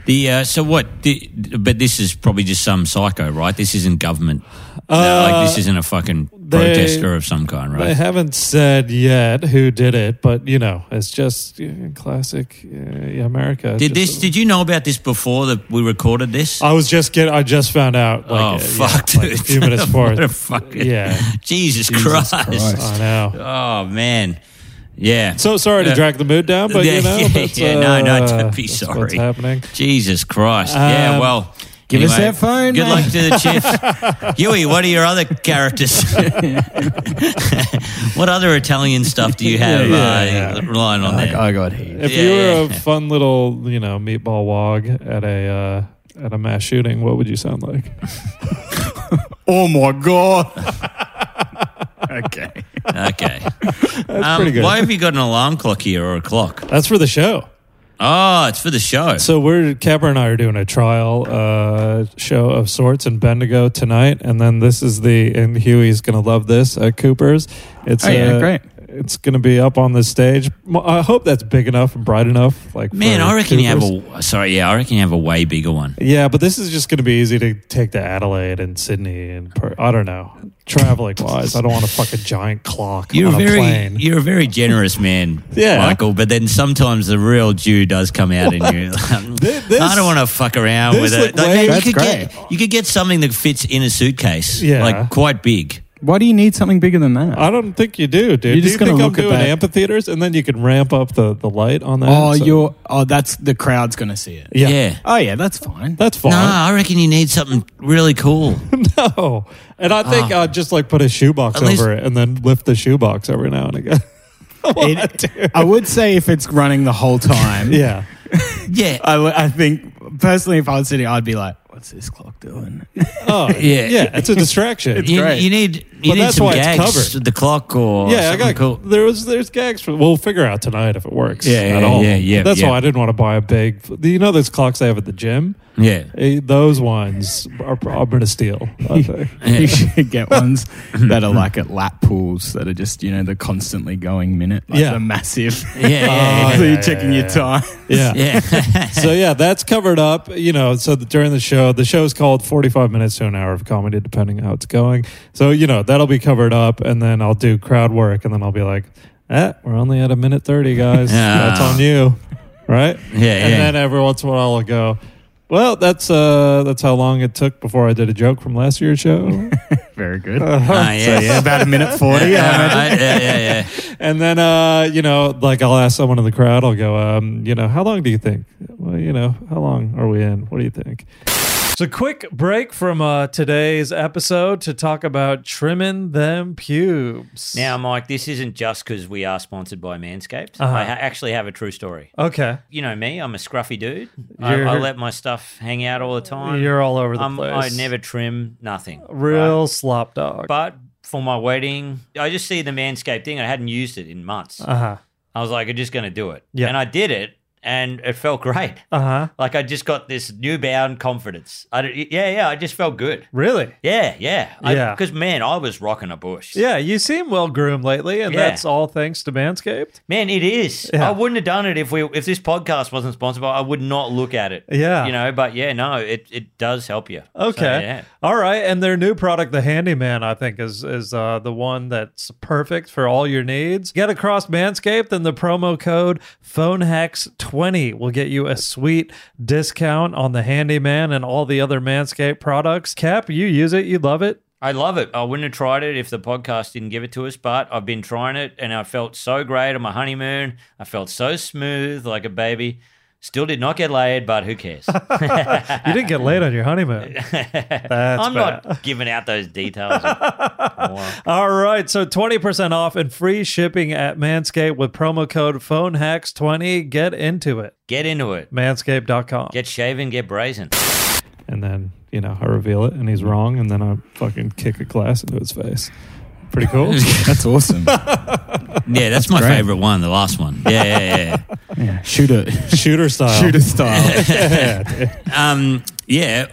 C: The uh, so what? The, but this is probably just some psycho, right? This isn't government. no, like this isn't a fucking protester of some kind,
A: Uh, They
C: right?
A: haven't said yet who did it, but you know, it's just uh, classic uh, America.
C: Did
A: Just-
C: this? Did you know about this before that we recorded this?
A: I was just getting. I just found out. Like,
C: oh
A: uh, yeah,
C: fuck,
A: like
C: dude!
A: a few
C: [laughs]
A: minutes before.
C: what a fucking
A: Yeah.
C: Jesus,
B: Jesus
C: Christ.
B: Christ.
A: I know.
C: Oh man, yeah.
A: So sorry to
C: Yeah.
A: drag the mood down, but
C: Yeah,
A: you know,
C: [laughs] yeah,
A: that's,
C: yeah. No, no,
A: uh,
C: don't be
A: that's
C: sorry.
A: What's happening?
C: Jesus Christ. yeah.
A: Um,
C: Well.
B: give us that phone,
C: Good
B: man.
C: luck to the Chiefs.
A: [laughs]
C: Huey, what are your other characters? what other Italian stuff do you have
A: Yeah,
C: uh,
A: yeah.
C: relying
B: [laughs]
C: on
B: Like,
C: there?
B: I got heat.
A: If
C: Yeah,
A: you were
C: yeah.
A: a fun little, you know, meatball wog at a uh, at a mass shooting, what would you sound like?
B: Oh my god. [laughs] okay.
C: Okay.
A: [laughs] That's
C: Um,
A: pretty good.
C: Why have you got an alarm clock here or a clock?
A: That's for the show.
C: Oh, it's for the show.
A: So we're Capper and I are doing a trial uh, show of sorts in Bendigo tonight, and then this is the and Huey's gonna love this at Cooper's. It's
B: Oh, yeah,
A: uh,
B: great.
A: It's gonna be up on the stage. M- I hope that's big enough and bright enough. Like
C: Man,
A: for
C: I reckon you have
A: Cooper's.
C: a sorry, yeah, I reckon you have a way bigger one.
A: Yeah, but this is just going to be easy to take to Adelaide and Sydney and per- I don't know traveling wise. I don't want to fuck a giant clock
C: You're
A: on a
C: very
A: plane.
C: you're a very generous man,
A: [laughs] Yeah.
C: Michael. But then sometimes the real Jew does come out in you. [laughs]
A: Thi- this-
C: I don't want to fuck around
A: this
C: with
A: looked
C: it.
A: way-
C: you
B: That's
C: could
B: great.
C: get you could get something that fits in a suitcase,
A: Yeah.
C: like quite big.
B: Why do you need something bigger than that?
A: I don't think you do, dude.
B: You're
A: do
B: just
A: you
B: gonna
A: think I'm
B: look at
A: doing
B: that.
A: amphitheaters and then you can ramp up the, the light on that?
B: oh,
A: So-
B: you're. Oh, that's the crowd's gonna see it.
A: yeah.
B: Oh yeah, that's fine.
A: That's fine.
C: Nah, I reckon you need something really cool.
A: [laughs] No, and I think
B: Ah.
A: I'd just like put a shoebox
C: At least-
A: over it and then lift the shoebox every now and again. [laughs]
B: It- I would say if it's running the whole time.
A: yeah,
C: yeah,
B: I, w- I think personally, if I was sitting, I'd be like, "What's this clock doing?" [laughs]
A: oh
C: Yeah.
A: yeah, it's a distraction.
C: you,
B: great.
C: you need you
A: But
C: need
A: that's
C: some
A: why it's
C: gags,
A: covered.
C: the clock or
A: yeah, I
C: something
A: got
C: cool.
A: there was there's gags for. We'll figure out tonight if it works.
C: Yeah,
A: at
C: yeah,
A: all.
C: yeah, yeah,
A: That's
C: yeah.
A: why I didn't want to buy a big. You know those clocks they have at the gym. [laughs]
C: Yeah,
A: Eh, Those ones are, are going to steal.
C: [laughs]
A: I think.
B: you should get ones
A: [laughs]
B: that are like at lap pools that are just you know the constantly going minute, like
A: Yeah. Oh,
B: the massive. [laughs]
C: yeah, yeah,
B: so
A: yeah,
B: you're
A: yeah,
B: checking
A: yeah,
B: your time.
A: Oh, yeah.
C: yeah. [laughs]
A: so yeah, that's covered up. You know, so that during the show, the show's called forty-five minutes to an hour of comedy, depending how it's going. So you know that'll be covered up, and then I'll do crowd work, and then I'll be like, "Eh, we're only at a minute thirty,
C: [laughs]
A: guys.
C: Yeah.
A: That's on you, right?"
C: Yeah,
A: And
C: yeah.
A: then uh, every once in a while, I'll go. Well, that's uh, that's how long it took before I did a joke from last year's [laughs] show.
B: [laughs] Very good.
A: Uh-huh.
C: Ah,
A: [laughs]
C: yeah.
B: So yeah, about a minute
C: [laughs]
B: forty. I
C: Yeah,
B: imagine.
C: I- yeah, yeah, yeah.
A: And then, uh, you know, like I'll ask someone in the crowd, I'll go, um, you know, how long do you think? Well, you know, how long are we in? What do you think? So, quick break from uh, today's episode to talk about trimming them pubes.
C: Now, Mike, this isn't just because we are sponsored by Manscaped.
A: Uh-huh.
C: I ha- actually have a true story.
A: okay,
C: You know me, I'm a scruffy dude. I,
A: You're-
C: I let my stuff hang out all the time.
A: you're all over the
C: Um, I
A: place.
C: never trim nothing.
A: real slop dog.
C: But for my wedding, I just see the Manscaped thing. I hadn't used it in months.
A: Uh huh.
C: I was like, I'm just going to do it.
A: Yeah.
C: And I did it, and it felt great.
A: Uh huh.
C: Like I just got this newbound confidence. I, d- yeah, yeah, I just felt good.
A: Really?
C: Yeah, yeah.
A: Yeah.
C: Because, man, I was rocking a bush.
A: Yeah, you seem well groomed lately, and
C: Yeah.
A: that's all thanks to Manscaped.
C: Man, it is.
A: Yeah.
C: I wouldn't have done it if we if this podcast wasn't sponsored by. I would not look at it.
A: Yeah.
C: you know. But yeah, no, it it does help you. So,
A: Okay.
C: yeah.
A: All right. And their new product, the Handyman, I think is is uh, the one that's perfect for all your needs. Get across Manscaped, and the promo code PhoneHacks20 will get you a sweet discount on the Handyman and all the other Manscaped products. Cap, you use it, you love it.
C: I love it. I wouldn't have tried it if the podcast didn't give it to us, but I've been trying it and I felt so great on my honeymoon. I felt so smooth like a baby. Still did not get laid, but who
A: [laughs]
C: cares?
A: You didn't get laid on your
C: [laughs]
A: honeymoon.
C: I'm not giving out
A: [laughs]
C: those details.
A: All right, so 20% off and free shipping at Manscaped with promo code PhoneHacks20. Get into it.
C: Get into it.
A: Manscaped.com.
C: Get shaven, get brazen.
A: and then you know I reveal it, and he's wrong, and then I fucking kick a glass into his face. Pretty
C: [laughs]
A: cool.
B: [laughs]
A: [laughs]
B: That's awesome.
C: Yeah, that's, my
B: great.
C: favorite one, the last one.
A: [laughs]
C: Yeah, yeah, yeah.
B: Yeah. Shooter, [laughs]
A: Shooter style.
B: shooter style.
A: [laughs]
C: Um, yeah.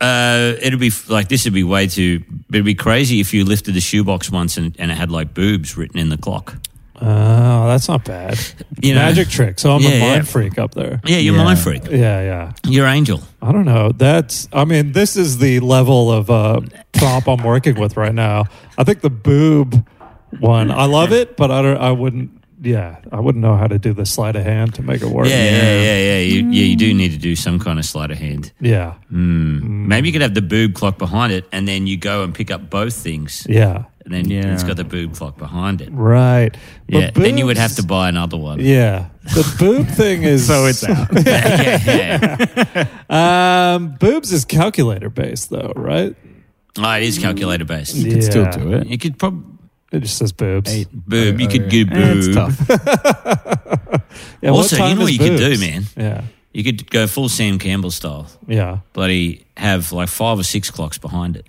C: Uh, it'd be f- like this would be way too. It'd be crazy if you lifted the shoebox once and, and it had like boobs written in the clock.
A: Oh, that's not bad.
C: You know,
A: Magic trick. So I'm
C: Yeah,
A: a
C: yeah.
A: mind freak up there.
C: Yeah, you're
B: Yeah.
C: mind freak.
A: Yeah, yeah.
C: You're angel.
A: I don't know. That's. I mean, this is the level of uh, prop I'm working with right now. I think the boob one. I love it, but I don't. I wouldn't. Yeah, I wouldn't know how to do the sleight of hand to make it work.
C: Yeah, yeah, yeah, yeah. You, yeah, you do need to do some kind of sleight of hand. Hmm.
A: yeah,
C: Maybe you could have the boob clock behind it, and then you go and pick up both things,
A: yeah.
C: and then
B: Yeah.
C: it's got the boob clock behind it.
A: Right. But
C: Yeah, then you would have
A: boobs-
C: to buy another one.
A: Yeah, the
B: [laughs]
A: boob thing is
B: so it's out.
C: [laughs] yeah,
A: [laughs]
C: yeah.
A: Um, boobs is calculator based though, right?
C: Oh, it is calculator based.
B: You can still
A: Yeah.
B: do it.
C: You could probably
A: It just says boobs.
C: boob. You
A: Oh,
C: could do boob.
B: Eh, It's tough.
A: Yeah, what
C: Also, you
A: time
C: know what
A: is
C: you could do,
A: boobs?
C: man?
A: Yeah,
C: You could go full Sam Campbell style.
A: yeah.
C: bloody have like five or six clocks
A: Uh-huh.
C: [laughs] behind it,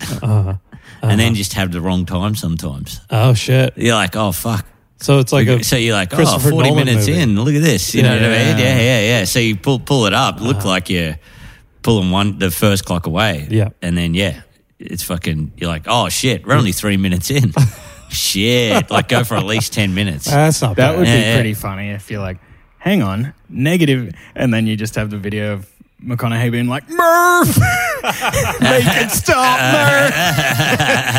C: and then just have the wrong time sometimes.
A: Oh shit.
C: You're like, oh fuck,
A: So it's like a
C: so you're like, oh,
A: Christopher
C: 40
A: Nolan
C: minutes
A: movie.
C: in. Look at this. You know what I mean?
B: Yeah.
C: Yeah, yeah, yeah. So you pull pull it up. Look like you're pulling one the first clock away.
A: Uh-huh. Yeah.
C: And then yeah, it's fucking. You're like, oh shit, we're only three minutes
A: [laughs]
C: in. shit, like go for at least ten minutes.
A: Ah, That's not
B: That
A: bad.
B: would
C: [laughs] Yeah,
B: [laughs] be
C: yeah.
B: pretty funny if you're like, hang on, negative, and then you just have the video of McConaughey being like, Murph, [laughs] make it
C: [laughs]
B: stop, Murph,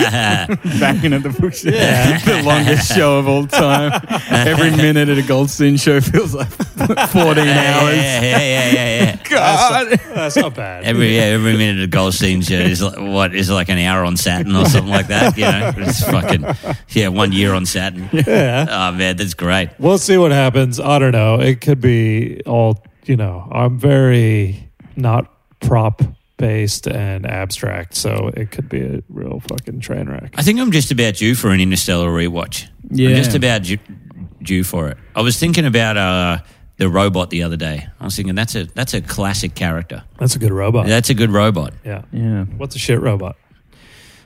B: banging at the books. Yeah. [laughs] the longest show of all time.
C: [laughs]
B: Every minute at a Goldstein show feels like [laughs] 14
C: yeah,
B: hours.
C: yeah, yeah, yeah, yeah, yeah.
B: God.
A: That's not bad.
C: Every yeah, every minute of Goldstein's show is like, what is like an hour on Saturn or something like that. You know, it's fucking yeah, one year on Saturn.
A: yeah.
C: Oh man, that's great.
A: We'll see what happens. I don't know. It could be all, you know, I'm very not prop based and abstract. So it could be a real fucking train wreck.
C: I think I'm just about due for an Interstellar rewatch.
B: Yeah.
C: I'm just about due, due for it. I was thinking about uh, the robot the other day. I was thinking that's a that's a classic character.
A: That's a good robot. Yeah.
C: That's a good robot.
B: [laughs] Yeah.
A: What's a shit robot?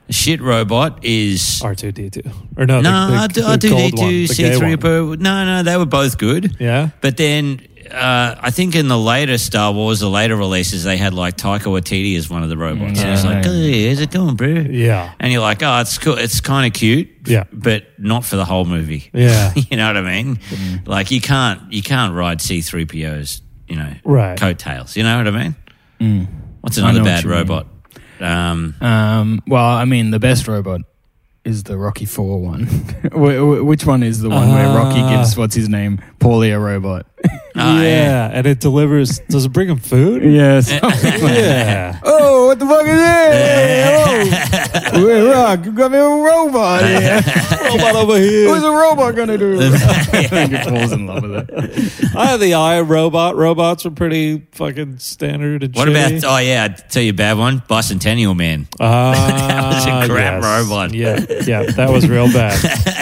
C: A shit robot is
A: R2D2. Or no,
C: no
A: the,
C: R
A: the, the
C: two
A: gold one,
C: D two
A: the gay
C: C three
A: one.
C: po. No, no, they were both good.
A: Yeah.
C: But then uh, I think in the later Star Wars, the later releases, they had like Taika Waititi as one of the robots. And it's
B: Yeah.
C: like, hey, how's it going, bro?
A: Yeah.
C: And you're like, oh, it's cool. It's kind of cute.
A: Yeah.
C: But not for the whole movie.
A: Yeah.
C: [laughs] you know what I mean? Like you can't you can't ride C three PO's you know
A: Right.
C: coattails. You know what I mean? What's
B: I know
C: another
B: what
C: bad
B: you mean.
C: robot? Um,
B: Um, well, I mean, the best robot is the Rocky Four one. [laughs] Wh- wh- Which one is the one where Rocky
A: Ah.
B: gives what's his name, Paulie, a [laughs] robot?
A: yeah.
C: oh, yeah.
A: And it delivers. Does it bring him food?
B: [laughs] yes.
C: [laughs]
A: yeah.
B: oh, what the fuck is this? Oh, wait, Rock, you got me a robot.
C: [laughs]
B: Here.
A: robot over here.
B: What's a robot gonna [laughs] do? I think it falls in love with
A: [laughs]
B: it.
C: [laughs]
A: I had the eye robot. Robots were pretty fucking standard. And
C: What
A: shitty.
C: about? Oh yeah, I tell you a bad one. Bicentennial Man.
A: Ah,
C: [laughs] That was a crap robot.
A: Yeah, yeah, that was real
C: [laughs]
A: bad.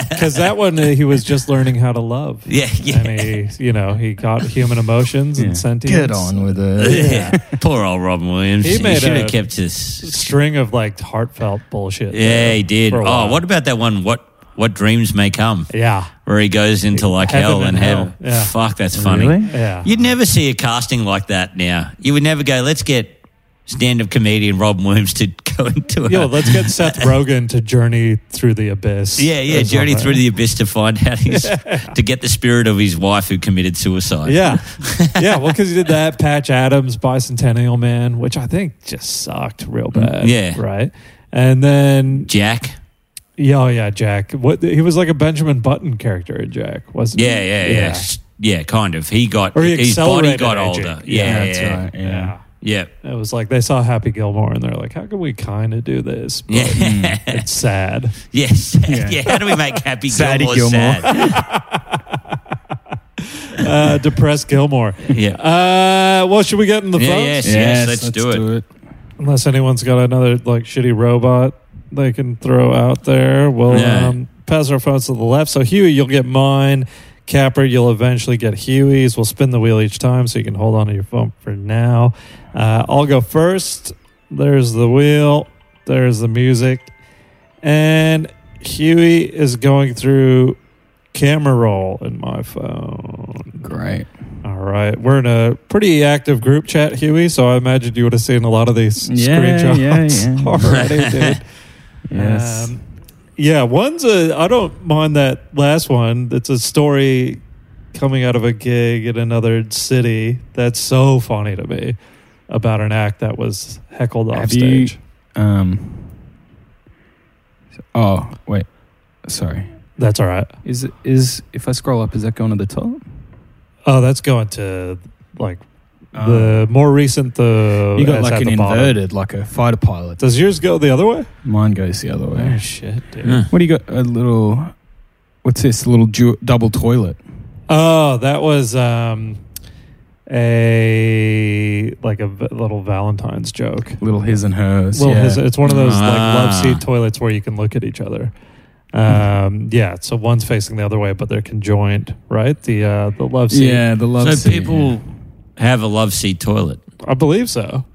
A: Because that one, uh, he was just learning how to love.
C: Yeah, yeah.
A: And he, you know, he got human emotions and sentience.
B: Get on with it. [laughs]
C: yeah. [laughs] Poor old Robin Williams.
A: He
C: He,
A: made
C: should
A: a-
C: have kept his.
A: String of like heartfelt bullshit.
C: Yeah, he did.
A: For a
C: Oh,
A: while.
C: what about that one? What what dreams may come?
A: Yeah.
C: Where he goes into like
A: Heaven
C: hell
A: and
C: and heaven.
A: hell. Yeah.
C: Fuck, that's funny.
B: Really?
A: Yeah.
C: You'd never see a casting like that now. You would never go, let's get stand up comedian Rob Williams to [laughs] go into it.
A: [laughs] Yo, let's get Seth Rogen to journey through the abyss.
C: [laughs] yeah, yeah,
A: or
C: journey
A: something.
C: through the abyss to find out
A: [laughs]
C: his, to get the spirit of his wife who committed suicide.
A: Yeah.
C: [laughs]
A: Yeah. Well, because he did that Patch Adams Bicentennial Man, which I think just sucked real bad.
C: Mm, Yeah.
A: Right. And then,
C: Jack.
A: yeah, oh, yeah, Jack. What he was like a Benjamin Button character in Jack, wasn't
C: Yeah,
A: he?
C: yeah, yeah. Yeah, kind of. He got
A: Or he
C: his body
A: accelerated
C: got
A: aging.
C: older. Yeah, yeah,
B: that's
C: yeah.
B: right. Yeah.
A: Yeah.
C: Yeah.
A: It was like they saw Happy Gilmore and they're like, how can we kind of do this? But
C: [laughs] Yeah.
A: It's sad.
C: yes. [laughs]
B: Yeah.
C: Yeah. How do we make Happy
B: Sadie
A: [laughs]
C: Gilmore,
B: Gilmore.
C: sad?
A: Uh, depressed Gilmore.
C: Yeah.
A: Uh, well, should we get in the
C: Yeah,
A: phones?
C: yes. let's do it.
B: it.
A: Unless anyone's got another like shitty robot they can throw out there. We'll
C: Yeah.
A: um, pass our phones to the left. So Huey, you'll get mine. Capper, you'll eventually get Huey's. We'll spin the wheel each time, so you can hold on to your phone for now. Uh, I'll go first. There's the wheel. There's the music, and Huey is going through camera roll in my phone.
B: Great.
A: All right. We're in a pretty active group chat, Huey, so I imagine you would have seen a lot of these
B: Yeah,
A: screenshots
B: yeah,
A: [laughs]
B: yeah.
A: already, dude.
B: [laughs] Yes.
A: Um, yeah, one's a, I don't mind that last one. It's a story coming out of a gig in another city. That's so funny to me about an act that was heckled off
B: Have you-
A: stage.
B: um. Oh wait, sorry.
A: That's all right.
B: Is it is if I scroll up, is that going to the top?
A: Oh, that's going to like the more recent, the.
B: Oh. you got
A: it's Uh, oh, at
B: like an
A: the bottom.
B: inverted, like a fighter pilot.
A: Does yours go the other way?
B: Mine goes the other
A: Oh,
B: way.
A: shit, dude.
C: Yeah.
B: What do you got? A little. What's this? A little ju- double toilet.
A: Oh, that was um a like a v- little Valentine's joke.
B: Little his and hers.
A: Well,
B: yeah.
A: his, it's one of those like love
C: Ah.
A: seat toilets where you can look at each other. Um, yeah, so one's facing the other way, but they're conjoined, right? The uh, the love seat.
B: yeah, the love.
C: so
B: seat,
C: people have a love seat toilet.
A: I believe so.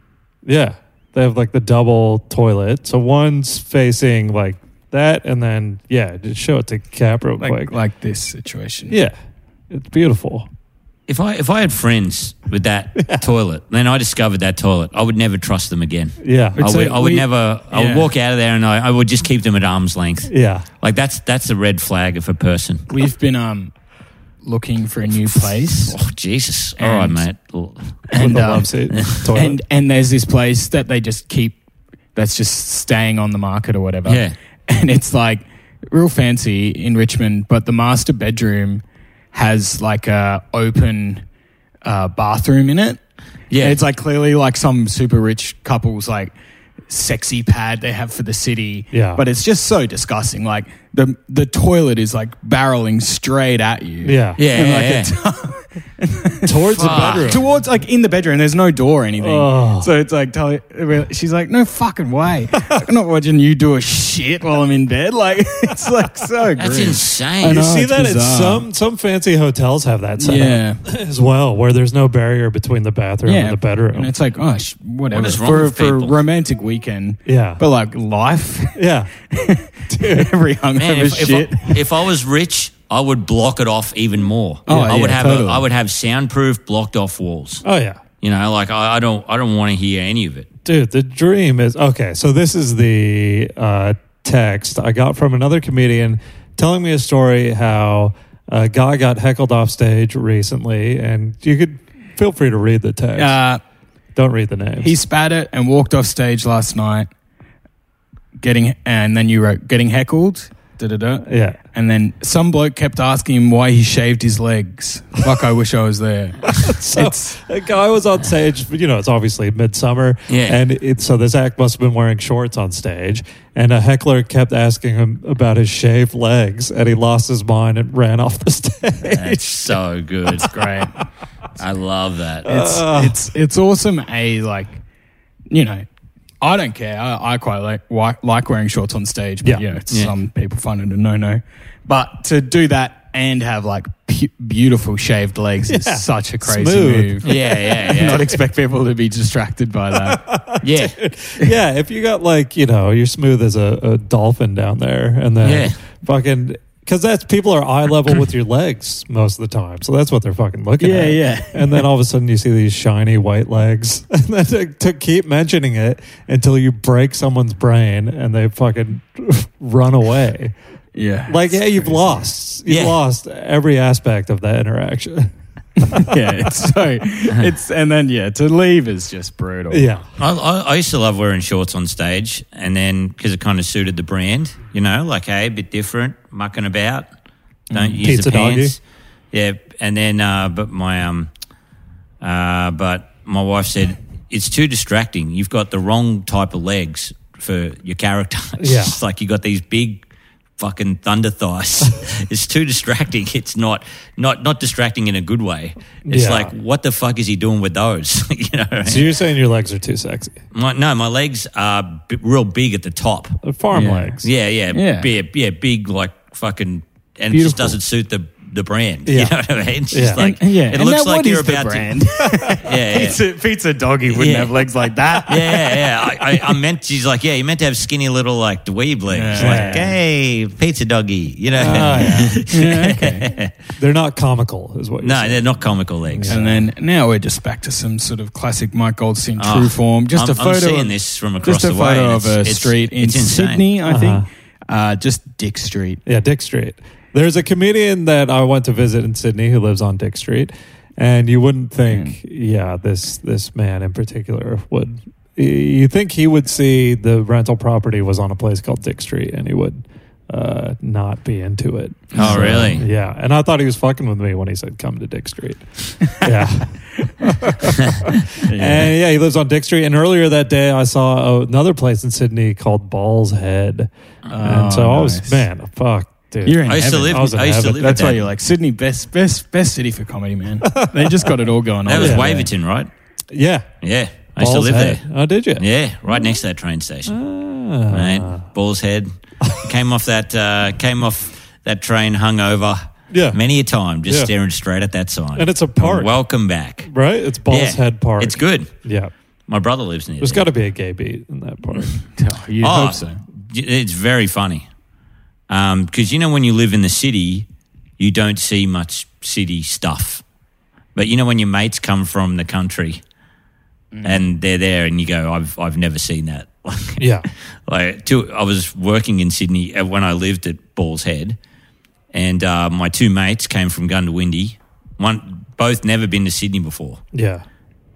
A: Yeah, they have like the double toilet. So one's facing like that, and then yeah, just show it to Cap real
B: like,
A: quick.
B: like this situation.
A: yeah, it's beautiful.
C: If I if I had friends with that toilet, then I discovered that toilet, I would never trust them again.
A: Yeah,
C: I would,
B: It's like
C: I would
B: we-
C: never. I
B: yeah.
C: would walk out of there and I, I would just keep them at arm's length.
A: yeah.
C: Like that's that's the red flag of a person.
B: We've been um looking for a
A: [laughs]
B: new place.
C: Oh Jesus! All right,
B: And-
C: mate. L-
A: With
B: And,
A: the
B: um,
A: love
C: [laughs]
A: seat toilet.
B: and and there's this place that they just keep that's just staying on the market or whatever.
C: Yeah.
B: [laughs] And it's like real fancy in Richmond, but the master bedroom has like a open uh, bathroom in it.
C: Yeah,
B: And it's like clearly like some super rich couple's like sexy pad they have for the city.
A: Yeah.
B: But it's just so disgusting. Like the the toilet is like barreling straight at you.
A: yeah,
C: yeah,
B: And
C: yeah,
B: like
C: yeah.
B: it's
A: Towards the
C: Fuck.
A: bedroom.
B: Ah, towards like in the bedroom. There's no door or anything,
A: Oh.
B: so it's like tell she's like, no
A: [laughs]
B: fucking way. I'm not watching you do a shit while I'm in bed. Like [laughs] it's like so.
C: that's
B: grim.
C: insane.
B: I
A: You
B: know.
A: see
B: Oh, it's
A: that
B: bizarre.
A: at some some fancy hotels have that set
B: Yeah,
A: up [laughs] as well, where there's no barrier between the bathroom
B: yeah.
A: and the bedroom.
B: And it's like, oh, sh- whatever.
C: What is wrong
B: for
C: with
B: for a
C: people?
B: romantic weekend,
A: yeah,
B: but like life, [laughs]
A: yeah,
B: every hungover
C: Man, if, if
B: shit.
C: I, if I was rich, I would block it off even more.
B: Oh,
C: I would
B: yeah,
C: have a-
B: totally.
C: I would have soundproof, blocked off walls.
A: oh yeah.
C: You know, like I, I don't I don't want to hear any of it.
A: Dude, the dream is okay. So this is the uh, text I got from another comedian telling me a story how a guy got heckled off stage recently, and you could feel free to read the text.
B: [laughs] uh,
A: Don't read the names.
B: He spat it and walked off stage last night. Getting and then you wrote getting heckled. Da da da.
A: yeah.
B: And then some bloke kept asking him why he shaved his legs. Fuck, I wish I was there. [laughs]
A: [laughs] So a guy was on stage, you know, it's obviously midsummer.
C: Yeah.
A: And it, so this act must have been wearing shorts on stage. And a heckler kept asking him about his shaved legs, and he lost his mind and ran off the [laughs] stage.
C: It's so
B: [laughs]
C: good.
B: Great.
C: I love that.
B: It's it's it's awesome. A like, you know, I don't care. I, I quite like wi- like wearing shorts on stage, but
A: Yeah.
B: yeah, you know, it's-
C: Yeah.
B: some people find it a no no. But to do that and have like pu- beautiful shaved legs is
A: Yeah.
B: such a crazy
A: Smooth.
B: move. [laughs]
C: yeah, yeah,
B: I
C: yeah.
B: not expect people to be distracted
A: [laughs]
B: by that. [laughs]
C: yeah.
A: yeah, if you got like, you know, you're smooth as a, a dolphin down there and then
C: Yeah.
A: fucking because that's people are eye level with your legs most of the time. So that's what they're fucking looking
B: Yeah,
A: at.
B: yeah.
A: And then all of a sudden you see these shiny white legs. [laughs] And then to, to keep mentioning it until you break someone's brain and they fucking [laughs] run away.
B: yeah.
A: Like, yeah, you've lost. You've
C: Yeah.
A: lost every aspect of that interaction.
B: [laughs]
A: [laughs]
B: yeah, it's so it's and then yeah, to leave is just brutal.
A: yeah.
C: I, I, I used to love wearing shorts on stage, and then because it kind of suited the brand, you know, like hey, a bit different, mucking about, don't use
A: Mm. Pizza
C: the
A: doggy.
C: pants. Yeah, and then uh, but my um, uh, but my wife said it's too distracting. You've got the wrong type of legs for your character. [laughs] It's
A: Yeah.
C: just like you got these big. Fucking thunder thighs. [laughs] it's too distracting. It's not not not distracting in a good way. It's
A: Yeah.
C: like what the fuck is he doing with those? [laughs] you know. what I mean?
A: So you're saying your legs are too sexy.
C: My, no, my legs are b- real big at the top.
A: They're farm
B: Yeah.
A: legs.
C: Yeah, yeah,
B: Yeah.
C: big, yeah, big, like fucking, and it
B: Beautiful.
C: just doesn't suit the the brand. [laughs]
A: Yeah.
C: You know what I mean? It's
A: Yeah.
C: just like
B: And- yeah,
C: it
B: and
C: looks
B: that
C: like
B: what
C: you're
B: is the
C: about
B: brand?
C: to. [laughs]
B: [laughs]
C: Yeah, yeah.
B: pizza, pizza doggy wouldn't
C: Yeah.
B: have legs like that.
C: Yeah, yeah, yeah. I, I, I meant she's like, yeah, you meant to have skinny little like dweeb legs,
B: Yeah.
C: like hey, pizza doggy, you know?
B: Oh,
A: [laughs]
B: Yeah, okay.
A: They're not comical, is what you're
C: [laughs] no,
A: saying.
C: they're not comical legs.
B: And then now we're just back to some sort of classic Mike Goldstein
C: Oh,
B: true form. Just
C: I'm-
B: a
C: I'm
B: photo.
C: seeing
B: of,
C: this from across
B: just a
C: the way,
B: photo
C: and
B: of
C: it's-
B: a
C: it's-
B: street in
C: it's insane.
B: Sydney, I think.
A: Uh-huh.
B: Uh, just Dick Street.
A: Yeah, Dick Street. There's a comedian that I went to visit in Sydney who lives on Dick Street, and you wouldn't think,
B: Hmm.
A: yeah, this this man in particular would. You think he would see the rental property was on a place called Dick Street, and he would uh, not be into it.
C: Oh, really?
A: Yeah, and I thought he was fucking with me when he said, "Come to Dick
C: [laughs]
A: Street." yeah. And yeah, he lives on Dick Street. And earlier that day, I saw another place in Sydney called Ball's Head.
C: Oh,
A: and so I was,
B: Oh, nice.
A: man, fuck, dude.
B: You're in
C: I used to
B: heaven. Oh,
C: live.
A: I was in
C: I used to
A: heaven.
C: live.
B: That's
C: at
B: why
C: that.
B: you're like Sydney, best, best, best city for
A: [laughs]
B: comedy, man. they just got it all going on.
C: That was
B: over there.
C: Waverton, right?
A: yeah.
C: Yeah, I used to live there.
A: Oh, did you?
C: Yeah, right next to that train station.
A: Ah.
C: Right, Ball's Head. came off that. Uh, came off that train hungover.
A: Yeah.
C: many a time, just
A: Yeah.
C: staring straight at that sign.
A: And it's a park.
C: Welcome back.
A: Right? It's Ball's
C: Yeah.
A: Head Park.
C: It's good.
A: Yeah.
C: My brother lives near.
A: There's
C: there.
A: got
C: [laughs]
A: to be a gay beat in that park.
B: Oh, you
C: Oh,
B: hope so.
C: y- It's very funny. because you know when you live in the city, you don't see much city stuff. But you know when your mates come from the country
A: Mm.
C: and they're there, and you go, "I've I've never seen that." [laughs] Like,
A: Yeah.
C: like two, I was working in Sydney uh, when I lived at Ball's Head, and uh, my two mates came from Gundawindi. One, both never been to Sydney before,
A: Yeah.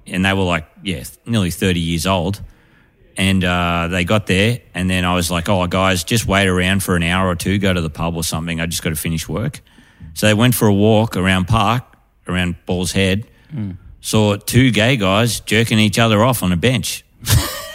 C: and they were like, yeah, th- nearly thirty years old. And uh, they got there, and then I was like, oh, guys, just wait around for an hour or two, go to the pub or something. I just got to finish work. So they went for a walk around park, around Ball's Head, saw two gay guys jerking each other off on a bench.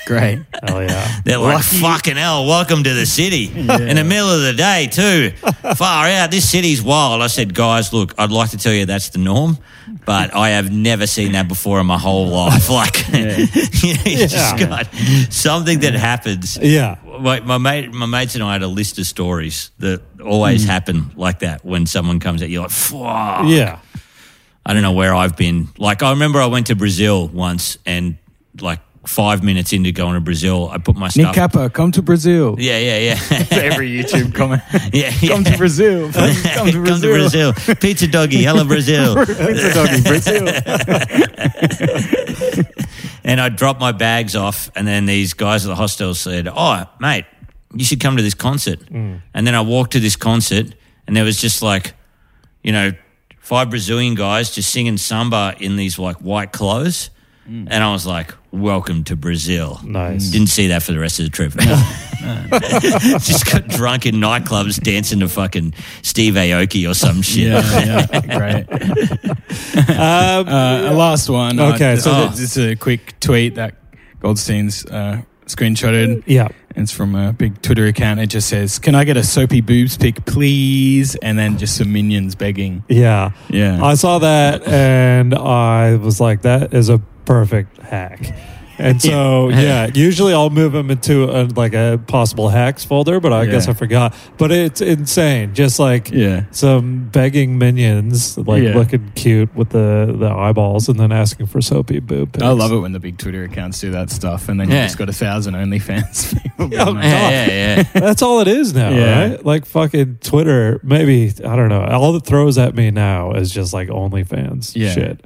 B: Great.
A: Hell yeah.
C: They're like, fucking hell, welcome to
A: [laughs]
C: the city. In the middle of the day, too. Far out. This city's wild. I said, guys, look, I'd like to tell you that's the norm, but I have never seen that before in my whole life. [laughs] Like, you just
A: Yeah.
C: got something that happens.
A: Yeah.
C: My, my, mate, my mates and I had a list of stories that always happen like that when someone comes at you, like, fuck.
A: Mm. Yeah.
C: I don't know where I've been. Like I remember I went to Brazil once and like five minutes into going to Brazil, I put my
B: Nick
C: stuff.
B: Kappa, come to Brazil.
C: yeah, yeah, [laughs] yeah.
B: Every
C: [laughs]
B: YouTube comment.
C: yeah,
B: [laughs]
C: yeah.
B: Come
C: [laughs]
B: to Brazil. Come to
C: Come to
B: Brazil. [laughs]
C: Brazil. Pizza doggy, hello Brazil.
B: Pizza doggy,
C: [laughs]
B: Brazil.
C: and I dropped my bags off, and then these guys at the hostel said, "Oh, mate, you should come to this concert."
B: Mm.
C: And then I walked to this concert, and there was just like, you know, five Brazilian guys just singing samba in these like white clothes,
B: Mm.
C: and I was like, "Welcome to Brazil."
A: Nice.
C: Didn't see that for the rest of the trip. [laughs] just got drunk in nightclubs dancing to fucking Steve Aoki or
B: [laughs]
C: some shit.
B: Yeah, yeah, [laughs] great.
A: Um,
B: Uh, a Last one. Uh,
A: Okay,
B: this-
A: so
B: oh, this is a quick tweet that Goldstein's uh, screenshotted.
A: yeah.
B: It's from a big Twitter account. It just says, "Can I get a soapy boobs pic, please?" And then just some minions begging.
A: Yeah.
B: Yeah.
A: I saw that and I was like, that is a perfect hack. And
B: [laughs]
A: so, yeah, usually I'll move them into a, like a possible hacks folder, but I guess
B: Yeah.
A: I forgot. But it's insane. Just like
B: Yeah.
A: some begging minions, like
B: Yeah.
A: looking cute with the, the eyeballs and then asking for soapy boob. pics.
B: I love it when the big Twitter accounts do that stuff, and then you
C: Yeah.
B: just got a thousand OnlyFans [laughs] people.
A: Yeah,
B: being like, "Oh,
A: God.
C: yeah,
B: [laughs]
C: yeah. yeah.
A: That's all it is now,
B: Yeah.
A: right? Like fucking Twitter, maybe, I don't know. All it throws at me now is just like OnlyFans
B: Yeah.
A: shit.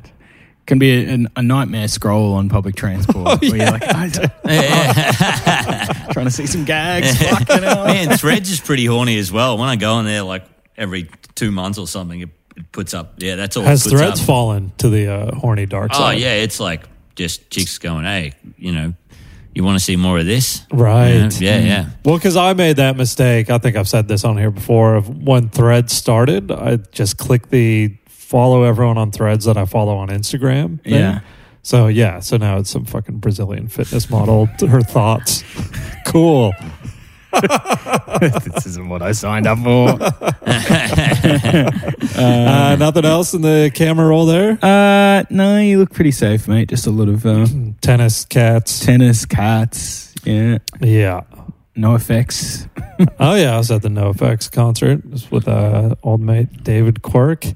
B: Can be a, a nightmare scroll on public transport. where you're like, I
C: [laughs]
B: trying to see some gags. Oh. fucking hell.
C: Man, Threads is pretty horny as well. When I go on there, like every two months or something, it, it puts up. Yeah, that's all. it
A: Has
C: puts
A: threads
C: up.
A: fallen to the uh, horny dark
C: Oh
A: side?
C: yeah, it's like just chicks going, hey, you know, you want to see more of this?
A: Right.
C: Yeah, yeah.
A: Well, because I made that mistake. I think I've said this on here before. Of when Threads started, I just clicked the follow everyone on Threads that I follow on Instagram. thing.
B: Yeah.
A: So yeah. So now it's some fucking Brazilian fitness model. her thoughts. [laughs] Cool.
B: this isn't what I signed up for.
A: [laughs] Uh, nothing else in the camera roll there.
B: [laughs]
A: [clears throat]
B: Uh, no, you look pretty safe, mate. Just a lot of uh,
A: Tennis cats.
B: tennis, carts. Yeah,
A: Yeah.
B: no effects.
A: Oh yeah, I was at the NoFX concert It was with uh, old mate David Quirk.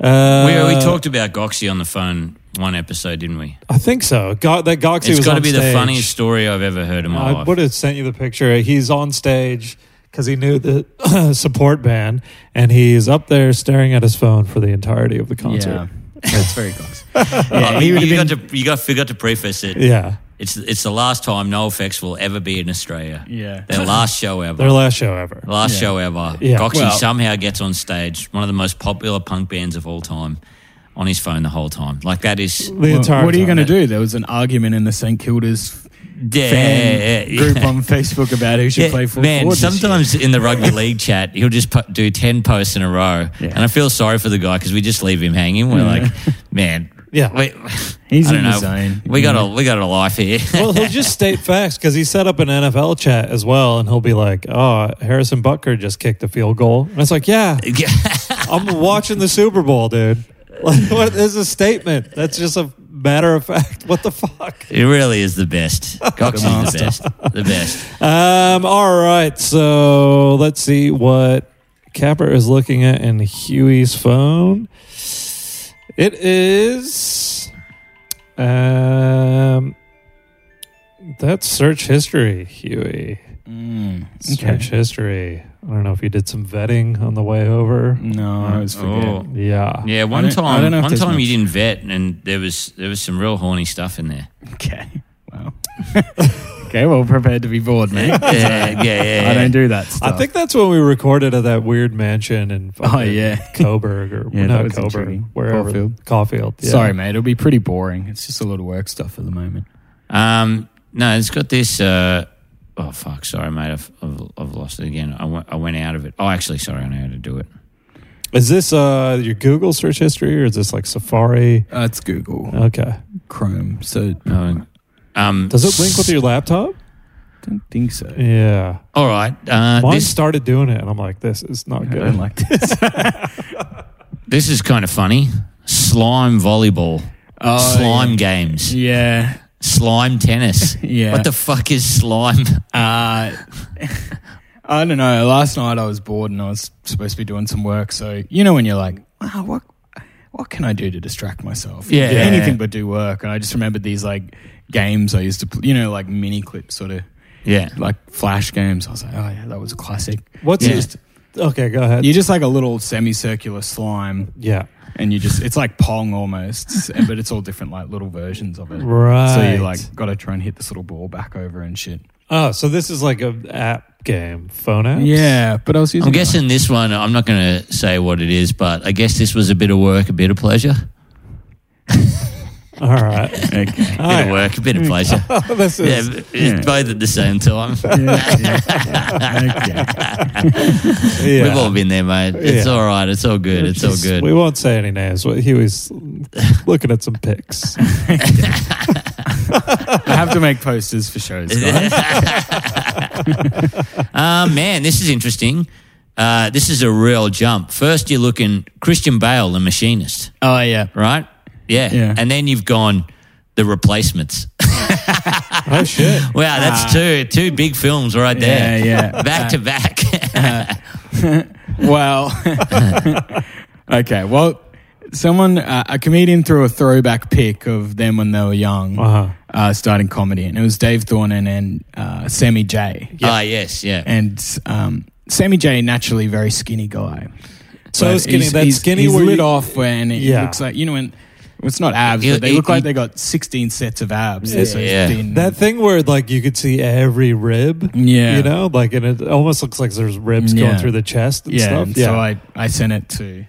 A: Uh,
C: [laughs] we, we talked about Goxie on the phone one episode, didn't we?
A: I think so. Go- that Goxie
C: it's
A: was
C: got to
A: on
C: be the
A: stage.
C: funniest story I've ever heard in my
A: I
C: life.
A: would have sent you the picture. He's on stage because he knew the [clears throat] support band, and he's up there staring at his phone for the entirety of the
C: [laughs]
A: concert.
B: Yeah, that's very close.
C: Oh,
B: yeah, he
C: you,
B: would have
C: got
B: been.
C: to, you got forgot to preface it.
A: Yeah,
C: It's it's the last time NoFX will ever be in Australia.
B: Yeah. [laughs]
C: Their last show ever.
A: their last show ever.
C: Last
B: Yeah.
C: show ever.
A: Yeah.
C: Goxie
B: Well-
C: somehow gets on stage, one of the most popular punk bands of all time, on his phone the whole time. Like that is
A: The entire.
B: what are you
A: time.
B: going to do? There was an argument in the St Kilda's
C: yeah,
B: fan
C: yeah, yeah.
B: group on Facebook about who should
C: Yeah,
B: play full
C: man,
B: forward this year.
C: sometimes in the rugby league chat, he'll just put, do 10 posts in a row. And I feel sorry for the guy because we just leave him hanging. We're like, man,
A: Yeah.
C: we,
B: He's
C: I don't
B: in the
C: know.
B: zone.
C: We, got
B: Yeah.
C: a, we got a life here. [laughs]
A: well, he'll just state [laughs] facts because he set up an NFL chat as well, and he'll be like, "Oh, Harrison Butker just kicked a field goal," and it's like, "Yeah,
C: [laughs]
A: I'm watching the Super Bowl, dude." [laughs] Like, what is a statement? That's just a matter of fact. What the fuck?
C: it really is the
B: [laughs]
C: best. Goxie's the
B: monster.
C: best. The best.
A: Um, all right, so let's see what Capper is looking at in Huey's phone. It is um that's search history, Huey.
B: Mm,
A: Strange history. I don't know if you did some vetting on the way over.
B: No, I was forgetting.
C: Oh.
A: Yeah. [laughs]
C: Yeah,
B: I
C: one
B: don't- I don't
C: time,
B: know if
C: one
B: there's
C: time you
B: much.
C: didn't vet, and there was there was some real horny stuff in there.
B: Okay. Wow. [laughs] okay, well, prepared to be bored, mate. [laughs]
C: yeah, yeah, yeah.
B: I don't do that stuff.
A: I think that's when we recorded at that weird mansion in fucking
B: Oh, yeah.
A: Coburg or
B: [laughs] Yeah,
A: no
B: that was
A: Coburg,
B: intriguing.
A: wherever
B: Caulfield.
A: Caulfield. Yeah.
B: Sorry, mate. It'll be pretty boring. It's just a lot of work stuff at the moment.
C: Um, no, it's got this. Uh, oh fuck! Sorry, mate. I've, I've, I've lost it again. I went, I went out of it. Oh, actually, sorry. I know how to do it.
A: Is this uh, your Google search history or is this like Safari?
B: Uh, it's Google
A: Okay.
B: Chrome, so I
C: No. Um,
A: Does it link with your laptop?
B: don't think so.
A: Yeah.
C: All right. Uh,
A: Mine
C: this
A: started doing it, and I'm like, this is not
B: I
A: good.
B: don't like this.
C: this is kind of funny. Slime volleyball,
B: Oh,
C: slime games,
B: yeah.
C: slime
B: [laughs]
C: tennis.
B: Yeah.
C: What the fuck is slime? [laughs]
B: Uh, [laughs] I don't know. Last night I was bored and I was supposed to be doing some work. So you know when you're like, oh, what, what can I do to distract myself?
C: Yeah.
B: anything but do work. And I just remembered these like games I used to, pl- you know, like mini clip sort of
C: Yeah.
B: like flash games. I was like, oh yeah, that was a classic.
A: What's
C: Yeah.
A: just okay? Go ahead.
B: You're just like a little semicircular slime,
A: yeah.
B: and you just it's like pong almost, and- [laughs] but it's all different like little versions of it.
A: Right.
B: So you like got to try and hit this little ball back over and shit.
A: Oh, so this is like a app game, phone app.
B: Yeah, but I was using. [laughs]
C: I'm guessing this one. I'm not going to say what it is, but I guess this was a bit of work, a bit of pleasure.
A: All right.
B: Okay.
C: A bit of work, a bit of
A: [laughs]
C: pleasure.
A: this
C: Yeah,
A: is
C: but it's both at the same time.
A: yeah.
C: [laughs] We've all been there, mate. It's
A: Yeah.
C: all right. It's all good. It's all
A: Just-
C: good.
A: We won't say any names. but He was looking at some pics.
B: I have to make posters for shows. Guys.
C: Uh, man, this is interesting. Uh, this is a real jump. First, you're looking Christian Bale, the machinist,
B: oh yeah,
C: right? Yeah.
B: Yeah.
C: And then you've gone the replacements. [laughs]
A: oh shit!
C: wow, that's two two big films right
B: yeah,
C: there. [laughs]
B: yeah.
C: Back to back. [laughs]
B: Well, [laughs] okay. Well, someone, uh, a comedian, threw a throwback pic of them when they were young,
A: Uh-huh.
B: uh, starting comedy, and it was Dave Thornton and uh, Sammy J.
C: Ah, yes, yeah.
B: and um, Sammy J. Naturally, very skinny guy.
A: So
B: But
A: skinny.
B: he's-
A: That
B: he's-
A: skinny.
B: He's
A: where
B: lit
A: you-
B: off when it
A: Yeah.
B: looks like you know when. well, It's not abs,
C: You-
B: but they
C: you-
B: look like
C: you-
B: they got 16 sets of abs.
A: Yeah.
B: so he's
C: Yeah.
B: been-
A: That thing where like you could see every rib,
B: Yeah.
A: you know, like and it almost looks like there's ribs
B: Yeah.
A: going through the chest and
B: yeah,
A: stuff.
B: and
A: yeah,
B: So I, I sent it to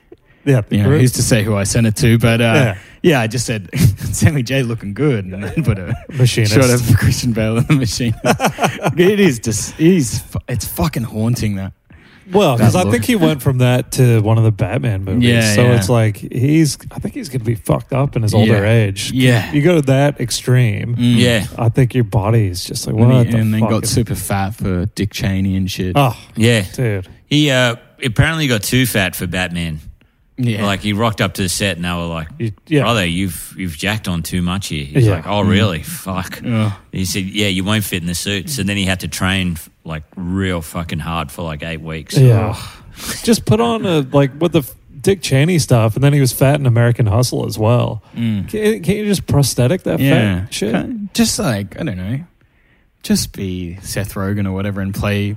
A: yeah, the
B: you know,
A: group.
B: who's to say who I sent it to, but uh,
A: Yeah.
B: yeah. I just said [laughs] Sammy J looking good, and then put a
A: Machinist.
B: shot of Christian Bale in the
A: [laughs]
B: machine. it is just, it is, fu- it's fucking haunting that.
A: Well, because
B: That
A: I
B: look.
A: think he went from that to one of the Batman movies.
B: Yeah,
A: so
B: yeah.
A: it's like he's. I think he's going to be fucked up in his older
B: Yeah.
A: age.
B: Yeah.
A: you go to that extreme.
B: Mm.
C: yeah.
A: I think your body is just like what
B: And, he-
A: the
B: and then
A: fuck
B: got
A: is-
B: super fat for Dick Cheney and shit.
A: Oh,
C: Yeah.
A: dude.
C: He uh, apparently got too fat for Batman.
B: yeah.
C: Like, he rocked up to the set and they were like,
A: You- yeah.
C: brother, you've you've jacked on too much here. He's
A: Yeah. Mm.
C: like, oh, really? Fuck.
B: Yeah.
C: He said, yeah, you won't fit in the suits. And then he had to train f- like real fucking hard for like eight weeks.
A: Yeah. Just put on a like with the f- Dick Cheney stuff, and then he was fat in American Hustle as well.
C: Mm.
A: Can't, can't you just prosthetic that
B: yeah.
A: fat shit?
B: Kinda- Just like, I don't know, just be Seth Rogen or whatever and play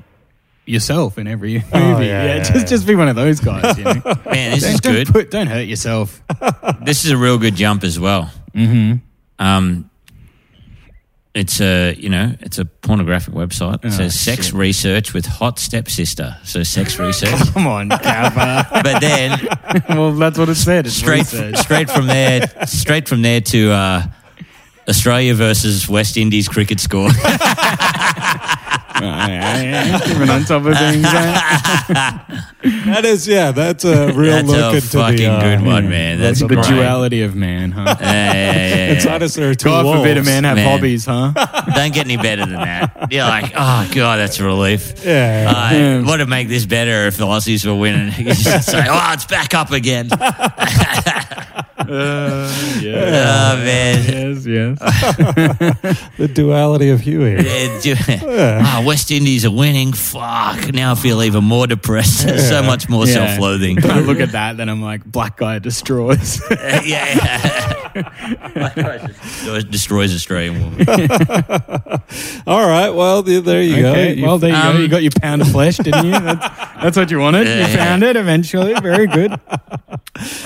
B: yourself in every [laughs] movie.
A: yeah,
B: Oh, yeah,
A: yeah,
B: just,
A: yeah.
B: just be one of those guys, you [laughs] know.
C: Man, this
A: [laughs]
C: is
B: don't, don't,
C: good.
B: put, don't hurt yourself.
C: This is a real good jump as well.
B: Mm-hmm.
C: Um, it's a you know it's a pornographic website.
A: Oh,
C: It says sex research with hot stepsister. So
A: [laughs]
C: sex research,
B: [laughs] Come on, Kappa.
C: but then
B: [laughs] well, that's what it said. It's
C: straight
B: research. [laughs]
C: straight from there straight from there to uh, Australia versus West Indies cricket score.
B: Even on top of things.
C: [laughs]
B: eh?
A: That is, yeah, that's a real
C: [laughs] That's
A: look
C: a
A: into
C: fucking
A: the uh, [laughs]
C: good one, man. That's
A: the
B: the
C: great.
B: duality of man, huh?
C: [laughs] Yeah, yeah, yeah,
A: It's
C: yeah.
A: honestly there are two
B: God forbid a
A: wolves.
B: man have
C: Man.
B: hobbies,
C: [laughs]
B: huh?
C: Don't get any better than that. You're like, oh god, that's a relief.
A: Yeah.
C: Uh, what would make this [laughs] better if the Aussies were winning? You just say, oh, it's back up again.
B: Uh,
C: Oh, man.
B: yes, yes.
C: [laughs]
A: the duality of Huey.
C: Yeah, do- [laughs] Ah, West Indies are winning. Fuck. Now I feel even more depressed. [laughs] so much more
B: Yeah.
C: self loathing.
B: When I look at that, then I'm like, black guy destroys. [laughs]
C: yeah. yeah. [laughs] Destroys Australian woman.
A: All right. Well, th- there you
B: Okay,
A: go.
B: well, there you
C: Um,
B: go. You got your pound of flesh, didn't you? That's, that's what you wanted.
C: Yeah,
B: you
C: yeah.
B: found it eventually. Very
C: [laughs]
B: good.
C: Uh,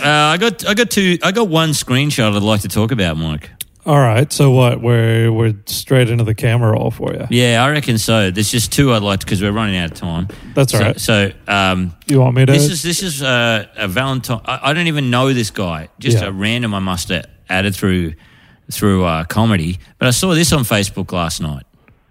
C: I got I got two I got one screenshot I'd like to talk about, Mike.
A: All right. So what? We're we're straight into the camera roll for you.
C: Yeah, I reckon so. There's just two I'd like to because we're running out of time.
A: That's all
C: so,
A: right.
C: So um,
A: You want me to?
C: this is this is uh, a Valentine. I, I don't even know this guy. Just
A: Yeah.
C: a random I must have added through through uh, comedy. But I saw this on Facebook last night.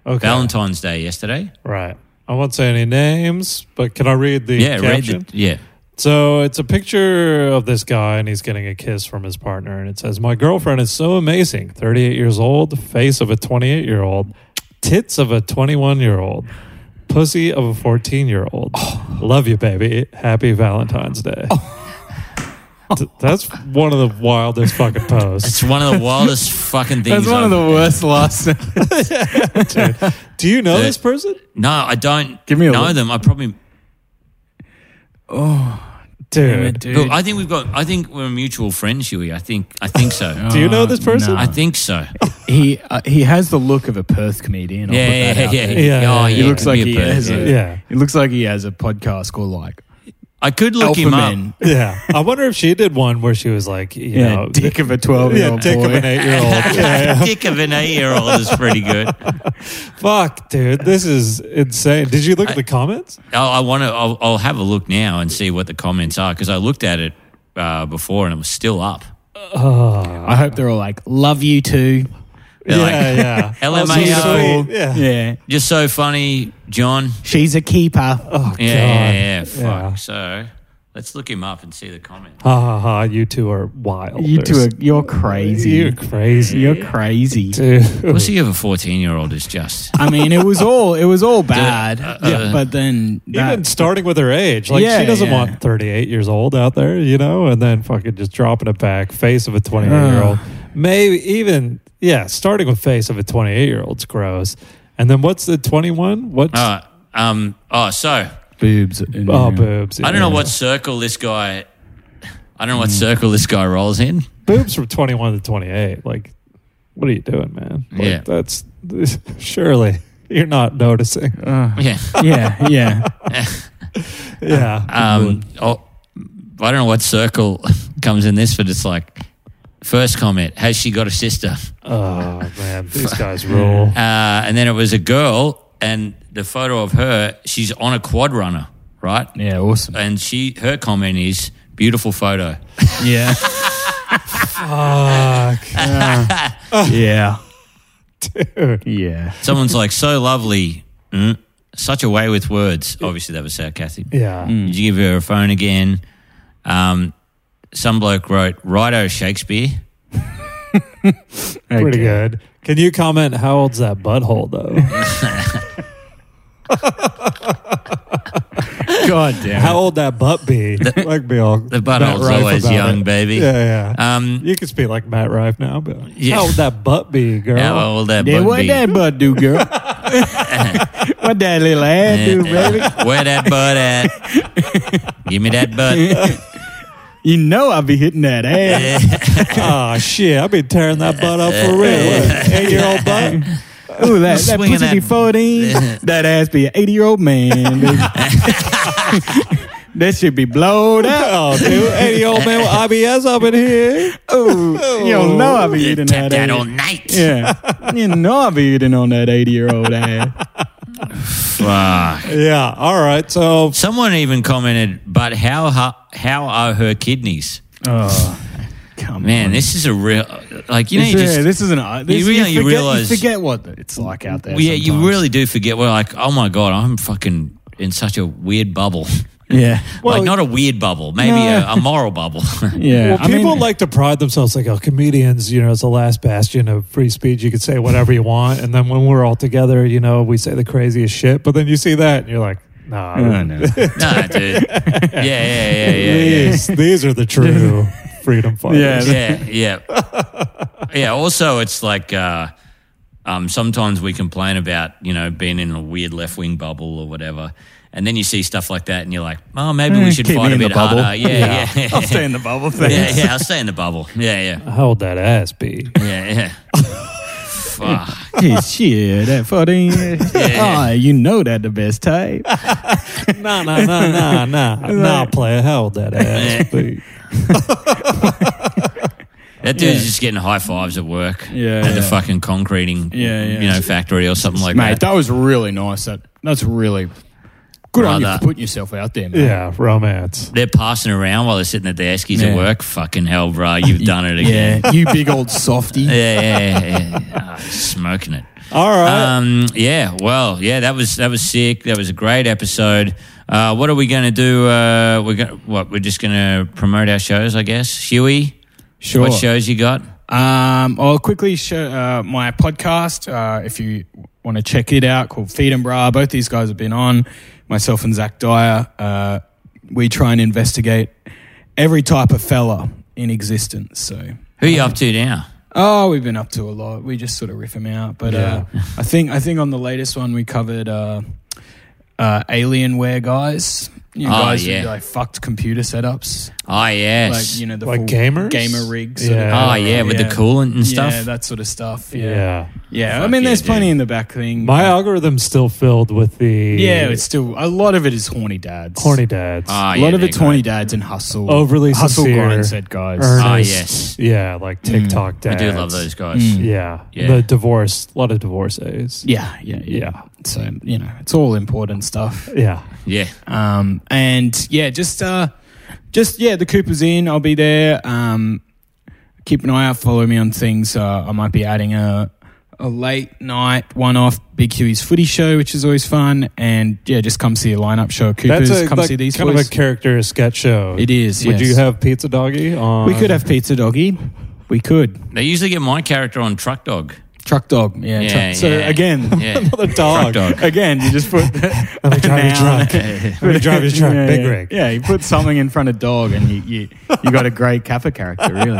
A: okay.
C: Valentine's Day yesterday.
A: Right. I won't say any names, but can I read the
C: Yeah, read
A: caption?
C: the, yeah.
A: So it's a picture of this guy, and he's getting a kiss from his partner, and it says, "My girlfriend is so amazing. Thirty-eight years old, face of a twenty-eight-year-old, tits of a twenty-one-year-old, pussy of a fourteen-year-old.
B: Oh.
A: Love you, baby. Happy Valentine's Day." Th- That's one of the wildest
B: [laughs]
A: fucking posts.
C: It's one of the wildest [laughs] fucking things.
B: That's one of
C: I've-
B: the worst last. Give
A: Do you know
C: Yeah.
A: this person?
C: No, I don't
B: me a
C: know
B: look.
C: them. I probably.
B: [laughs]
A: Dude.
C: Look, I think we've got. I think we're mutual friends, Huey. I think. I think so.
A: Do you know
B: Oh,
A: this person?
C: I think so.
B: he uh, he has the look of a Perth comedian. I'll
C: Yeah,
B: put that
C: yeah,
B: out
C: yeah,
B: there.
A: Yeah, yeah,
C: Oh,
A: yeah.
B: He looks like he
C: Yeah.
B: has. A,
A: Yeah.
B: It looks like he has a podcast called like
C: I could look
B: Alpha
C: him
B: Men.
C: [laughs] up.
A: Yeah. I wonder if she did one where she was like, you
B: Yeah,
A: know,
B: dick of a twelve year
A: [laughs] yeah,
B: old
A: dick
B: boy.
A: of an eight-year-old. Yeah, yeah.
C: Dick of an eight-year-old is pretty good. Oh,
A: Fuck, dude, this is insane. Did you look at the comments?
C: I want to. I'll, I'll have a look now and see what the comments are because I looked at it uh, before and it was still up.
B: [laughs] I hope they're all like, "Love you too."
C: They're
A: yeah,
C: like, [laughs]
A: yeah.
C: LMAO.
A: so sweet. Yeah.
B: yeah.
C: You're so funny, John.
B: She's a keeper.
A: Oh god.
C: Yeah, yeah, yeah. Fuck.
A: Yeah.
C: So let's look him up and see the comment.
A: Ha ha ha! You two are wild.
B: you two, are,
A: There's-
B: you're crazy.
A: You're crazy.
B: You're crazy.
C: [laughs]
A: Dude.
C: Pussy of a fourteen-year-old is just.
B: I mean, it was all it was all bad.
C: Uh,
B: yeah, but then
A: [laughs] Even
B: that,
A: starting with her age, like
B: Yeah,
A: she doesn't
B: yeah.
A: want 38 years old out there, you know, and then fucking just dropping it back, face of a 28 year old.
B: Ugh.
A: Maybe even yeah, starting with face of a 28 year old's gross. And then what's the 21? What?
C: Uh, um. Oh, so
B: boobs.
A: oh, boobs.
C: I don't know
A: yeah.
C: what circle this guy. I don't know what circle this guy rolls in.
A: boobs from 21 to 28 like what are you doing man like,
C: Yeah.
A: that's surely you're not noticing
C: Uh, Yeah.
B: yeah,
C: [laughs]
B: yeah.
A: [laughs] yeah
C: Um. Oh, I don't know what circle [laughs] comes in this, but it's like first comment: Has she got a sister?
A: oh man these guys rule
C: Uh, and then it was a girl, and the photo of her, she's on a quad runner, right?
B: Yeah, awesome.
C: And she, her comment is beautiful photo.
B: Yeah.
C: Uh,
A: fuck
B: yeah.
A: dude.
B: Yeah.
C: Someone's like, so lovely, mm, such a way with words. Obviously, that was sarcastic.
A: yeah
C: Did you give her a phone again? Um, some bloke wrote, righto, Shakespeare. [laughs]
A: pretty good can you comment how old's that butthole though
B: God damn.
A: how old that butt be [laughs] like be all
C: The butthole's always young, baby.
A: yeah yeah
C: Um,
A: you can speak like Matt Rife now, but
C: Yeah.
A: how old that butt be, girl?
C: how old that
B: yeah,
C: bloke
B: what
C: be?
B: that bud do,
A: [laughs]
B: girl?
C: [laughs]
B: what that little ad do, baby?
C: Where that butt at? Give me that butt.
B: [laughs] You know I'll be hitting that ad.
A: [laughs] oh shit, I've been tearing [laughs] that butt up for real.
C: [laughs]
A: Eight year old butt.
B: Ooh, that, that
C: Swinging
B: pussy be
C: that-
B: 14. that ass be an 80 year old man,
C: [laughs]
B: baby. that should be blowed up.
A: Oh, dude. 80 old man with IBS up in here.
B: Ooh, Oh, you don't know I'll be eating
C: Tap
B: that
C: that
B: ad.
C: all night.
B: yeah. You know I'll be eating on that 80 year
C: [laughs]
B: old ad.
C: Fuck.
A: Yeah. All right. So,
C: Someone even commented, but how hu- how are her kidneys?
B: Oh, come
C: Man,
A: Mm.
B: on.
C: this is a real like you know you
B: This- yeah,
C: just
B: this is an this,
C: you really
B: forget,
C: realize-
B: you forget what it's like out there.
C: yeah you
B: sometimes.
C: really do forget. We're like, oh my god, I'm fucking in such a weird bubble. [laughs]
B: yeah
C: like not a weird bubble, maybe
B: No.
C: a, a moral bubble. [laughs]
B: [laughs] yeah.
A: well, people like to pride themselves like, oh, comedians, you know, it's the last bastion of free speech. You can say whatever you want. And then when we're all together, you know, we say the craziest shit. But then you see that and you're like, nah.
B: Oh, no.
C: no, dude. Yeah, yeah, yeah, yeah.
A: [laughs]
C: yeah.
A: These, these are the true freedom fighters.
B: Yeah.
C: yeah, yeah, yeah. Also, it's like uh, um, sometimes we complain about you know being in a weird left wing bubble or whatever, and then you see stuff like that, and you're like, oh, maybe [laughs] we should
B: Eh, Keep
C: fight
B: me
C: a
B: in the
C: bit
B: bubble.
C: harder. Yeah, yeah,
B: [laughs] I'll stay in the bubble. Thanks.
C: [laughs]
B: [laughs]
C: yeah, yeah. I'll stay in the bubble. Yeah, yeah,
A: Hold that ass, B.
C: yeah,
B: [laughs]
C: yeah. Fuck.
B: Jeez, shit, at
C: [laughs]
B: 14. [laughs] Ah, you know that the best type.
A: [laughs] nah, nah, nah, nah, nah, nah, player. Hold that [laughs] ass, B.
C: That dude's just getting high fives at work.
B: Yeah,
C: At the
B: yeah.
C: fucking concreting
B: Yeah, yeah.
C: you know, factory or something like
B: mate, that.
C: that.
B: was really nice. That, that's really good on you
C: Brother.
B: for putting yourself out there, man.
A: Yeah, romance.
C: They're passing around while they're sitting at their eskies
B: Yeah.
C: at work. Fucking hell,
B: [laughs]
C: bro. You've done it again.
B: you big old softy.
C: [laughs] Yeah, yeah, yeah. yeah. Oh, smoking it.
A: All right.
C: Um, yeah, well, yeah, that was that was sick. That was a great episode. Uh, what are we going to do? Uh, we're going what? We're just going to promote our shows, I guess. Huey,
B: Sure.
C: what shows you got?
B: Um, I'll quickly show uh, my podcast uh, if you want to check it out called Feed and Bra. Both these guys have been on, myself and Zach Dyer. Uh, we try and investigate every type of fella in existence. So,
C: Who you up to now?
B: oh, we've been up to a lot. We just sort of riff them out. But uh, I think I think on the latest one we covered uh, uh, Alienware guys. You
C: Oh,
B: guys
C: yeah.
B: who like fucked computer setups,
C: Oh yes,
B: like you know the
A: Like
B: full
A: gamers?
B: gamer rigs.
A: Yeah.
C: oh yeah, with the coolant and stuff.
B: Yeah, that sort of stuff.
A: yeah.
B: Yeah. Yeah, I
C: Fuck
B: mean,
C: yeah,
B: there's
C: dude.
B: plenty in the back thing.
A: My algorithm's still filled with the
B: yeah, it's still a lot of it is horny dads.
A: horny dads.
C: Oh,
B: A
C: yeah,
B: lot of
C: they're
B: it's
C: great.
B: horny dads and hustle.
A: Overly
B: hustle
A: sincere, Er.
B: grind set guys.
A: earnest.
C: Ah, yes. Mm.
A: Yeah, like TikTok
C: I
A: dads.
C: do love those guys.
B: Mm.
A: Yeah.
C: Yeah.
A: The divorce, a lot of divorces.
B: yeah, yeah, yeah.
A: Yeah.
B: So you know, it's all important stuff.
A: Yeah.
C: Yeah.
B: Um, and yeah, just uh, just yeah, the Cooper's in. I'll be there. Um, keep an eye out. Follow me on things. Uh, I might be adding a a late night one off Big Huey's Footy Show, which is always fun. And yeah, just come see a lineup show. at Cooper's.
A: That's a,
B: come
A: like,
B: see these
A: kind
B: boys.
A: of a character sketch show.
B: It is,
A: Would
B: yes.
A: you have Pizza Doggy on?
B: We could have pizza doggy. We could
C: They usually get my character on Truck Dog.
B: truck dog. Yeah.
C: Yeah,
B: truck- So
C: yeah.
B: again, [laughs]
C: Yeah.
A: another dog.
C: Truck dog.
B: again, you just put.
A: [laughs] Let
B: [laughs]
A: me drive your
B: Now-
A: truck. Let me drive your truck.
B: [laughs] Yeah,
A: Big
B: yeah.
A: rig.
B: Yeah, you put something in front of dog, and you you, you got a great Kappa character, really.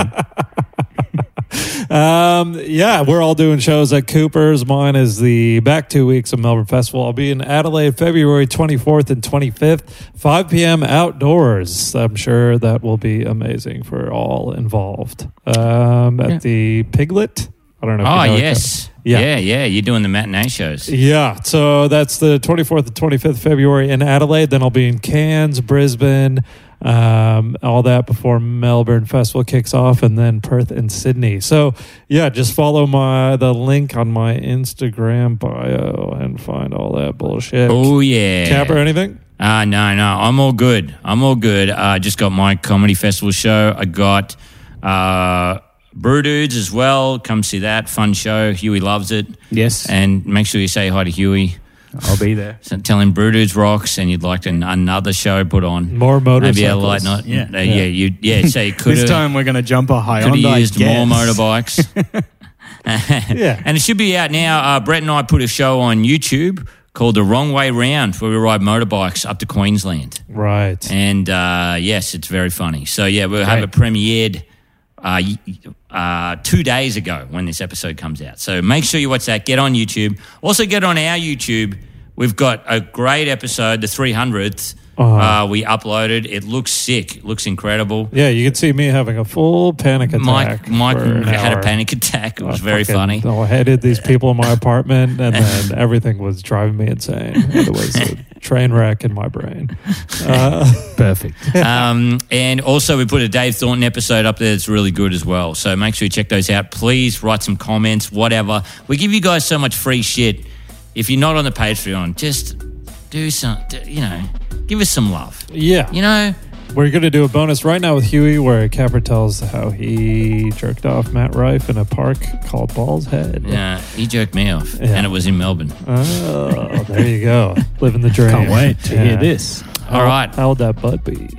A: Um, yeah, we're all doing shows at Cooper's. Mine is the back two weeks of Melbourne Festival. I'll be in Adelaide February 24th and 25th, 5 p.m. outdoors. I'm sure that will be amazing for all involved. Um, at
B: Yeah.
A: the Piglet. I don't know. if you
C: Oh,
A: know it,
C: yes.
A: Yeah.
C: Yeah. yeah, You're doing the matinee shows.
A: Yeah, so that's the 24th and 25th February in Adelaide. Then I'll be in Cairns, Brisbane, um, all that before Melbourne Festival kicks off, and then Perth and Sydney. So yeah, just follow my the link on my Instagram bio and find all that bullshit.
C: Oh, yeah.
A: Cap or anything?
C: Uh, no, no. I'm all good. I'm all good. Uh, I just got my comedy festival show. I got uh, Brew Dudes as well. Come see that. Fun show. Huey loves it.
B: Yes,
C: And make sure you say hi to Huey.
B: I'll be there.
C: So tell him Brew Dudes rocks and you'd like an, another show put on.
A: More
C: Maybe a
A: motorcycles.
C: light night.
B: Yeah.
C: Uh, yeah. you, yeah. So you could
B: this
C: have.
B: time we're going to jump a high
C: Could
B: Hyundai.
C: have used
B: Getz.
C: more motorbikes. [laughs]
A: Yeah.
C: and it should be out now. Uh, Brett and I put a show on YouTube called The Wrong Way Round, where we ride motorbikes up to Queensland.
A: Right.
C: And uh, yes, it's very funny. So yeah, we'll have it premiered uh, y- uh, two days ago when this episode comes out. So make sure you watch that. Get on YouTube. Also get on our YouTube. We've got a great episode, the 300th.
A: Uh-huh.
C: Uh, we uploaded. It looks sick. It looks incredible.
A: Yeah, you can see me having a full panic attack.
C: Mike Mike
A: for an
C: had
A: hour.
C: a panic attack. It was
A: I
C: very
A: fucking
C: funny.
A: Hated these people in my apartment, and then everything was driving me insane. It was
C: [laughs]
A: a train wreck in my brain. Uh,
B: Perfect.
C: [laughs] um, and also, we put a Dave Thornton episode up there that's really good as well. So make sure you check those out. Please write some comments, whatever. We give you guys so much free shit. If you're not on the Patreon, just do some, d- you know, give us some love.
A: yeah,
C: You know,
A: we're gonna do a bonus right now with Huey, where Capper tells how he jerked off Matt Rife in a park called Ball's Head.
C: uh, he jerked me off, and it was in Melbourne.
A: Oh, there you go, living the dream.
B: Can't wait to
A: Yeah.
B: hear this.
C: All right.
A: How would that butt be?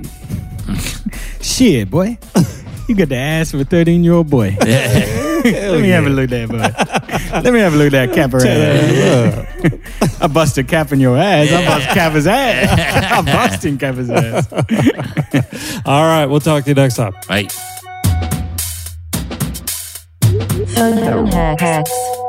B: Shit, boy. [laughs] You got the ass of a 13 year old boy.
A: [laughs]
B: Let me have a look at that boy. Let me have a look at that cap around. [laughs] I bust a cap in your ass. I bust Kappa's [laughs] ass. I'm busting Kappa's ass.
A: All right, we'll talk to you next time.
C: Right.
D: Phone hacks.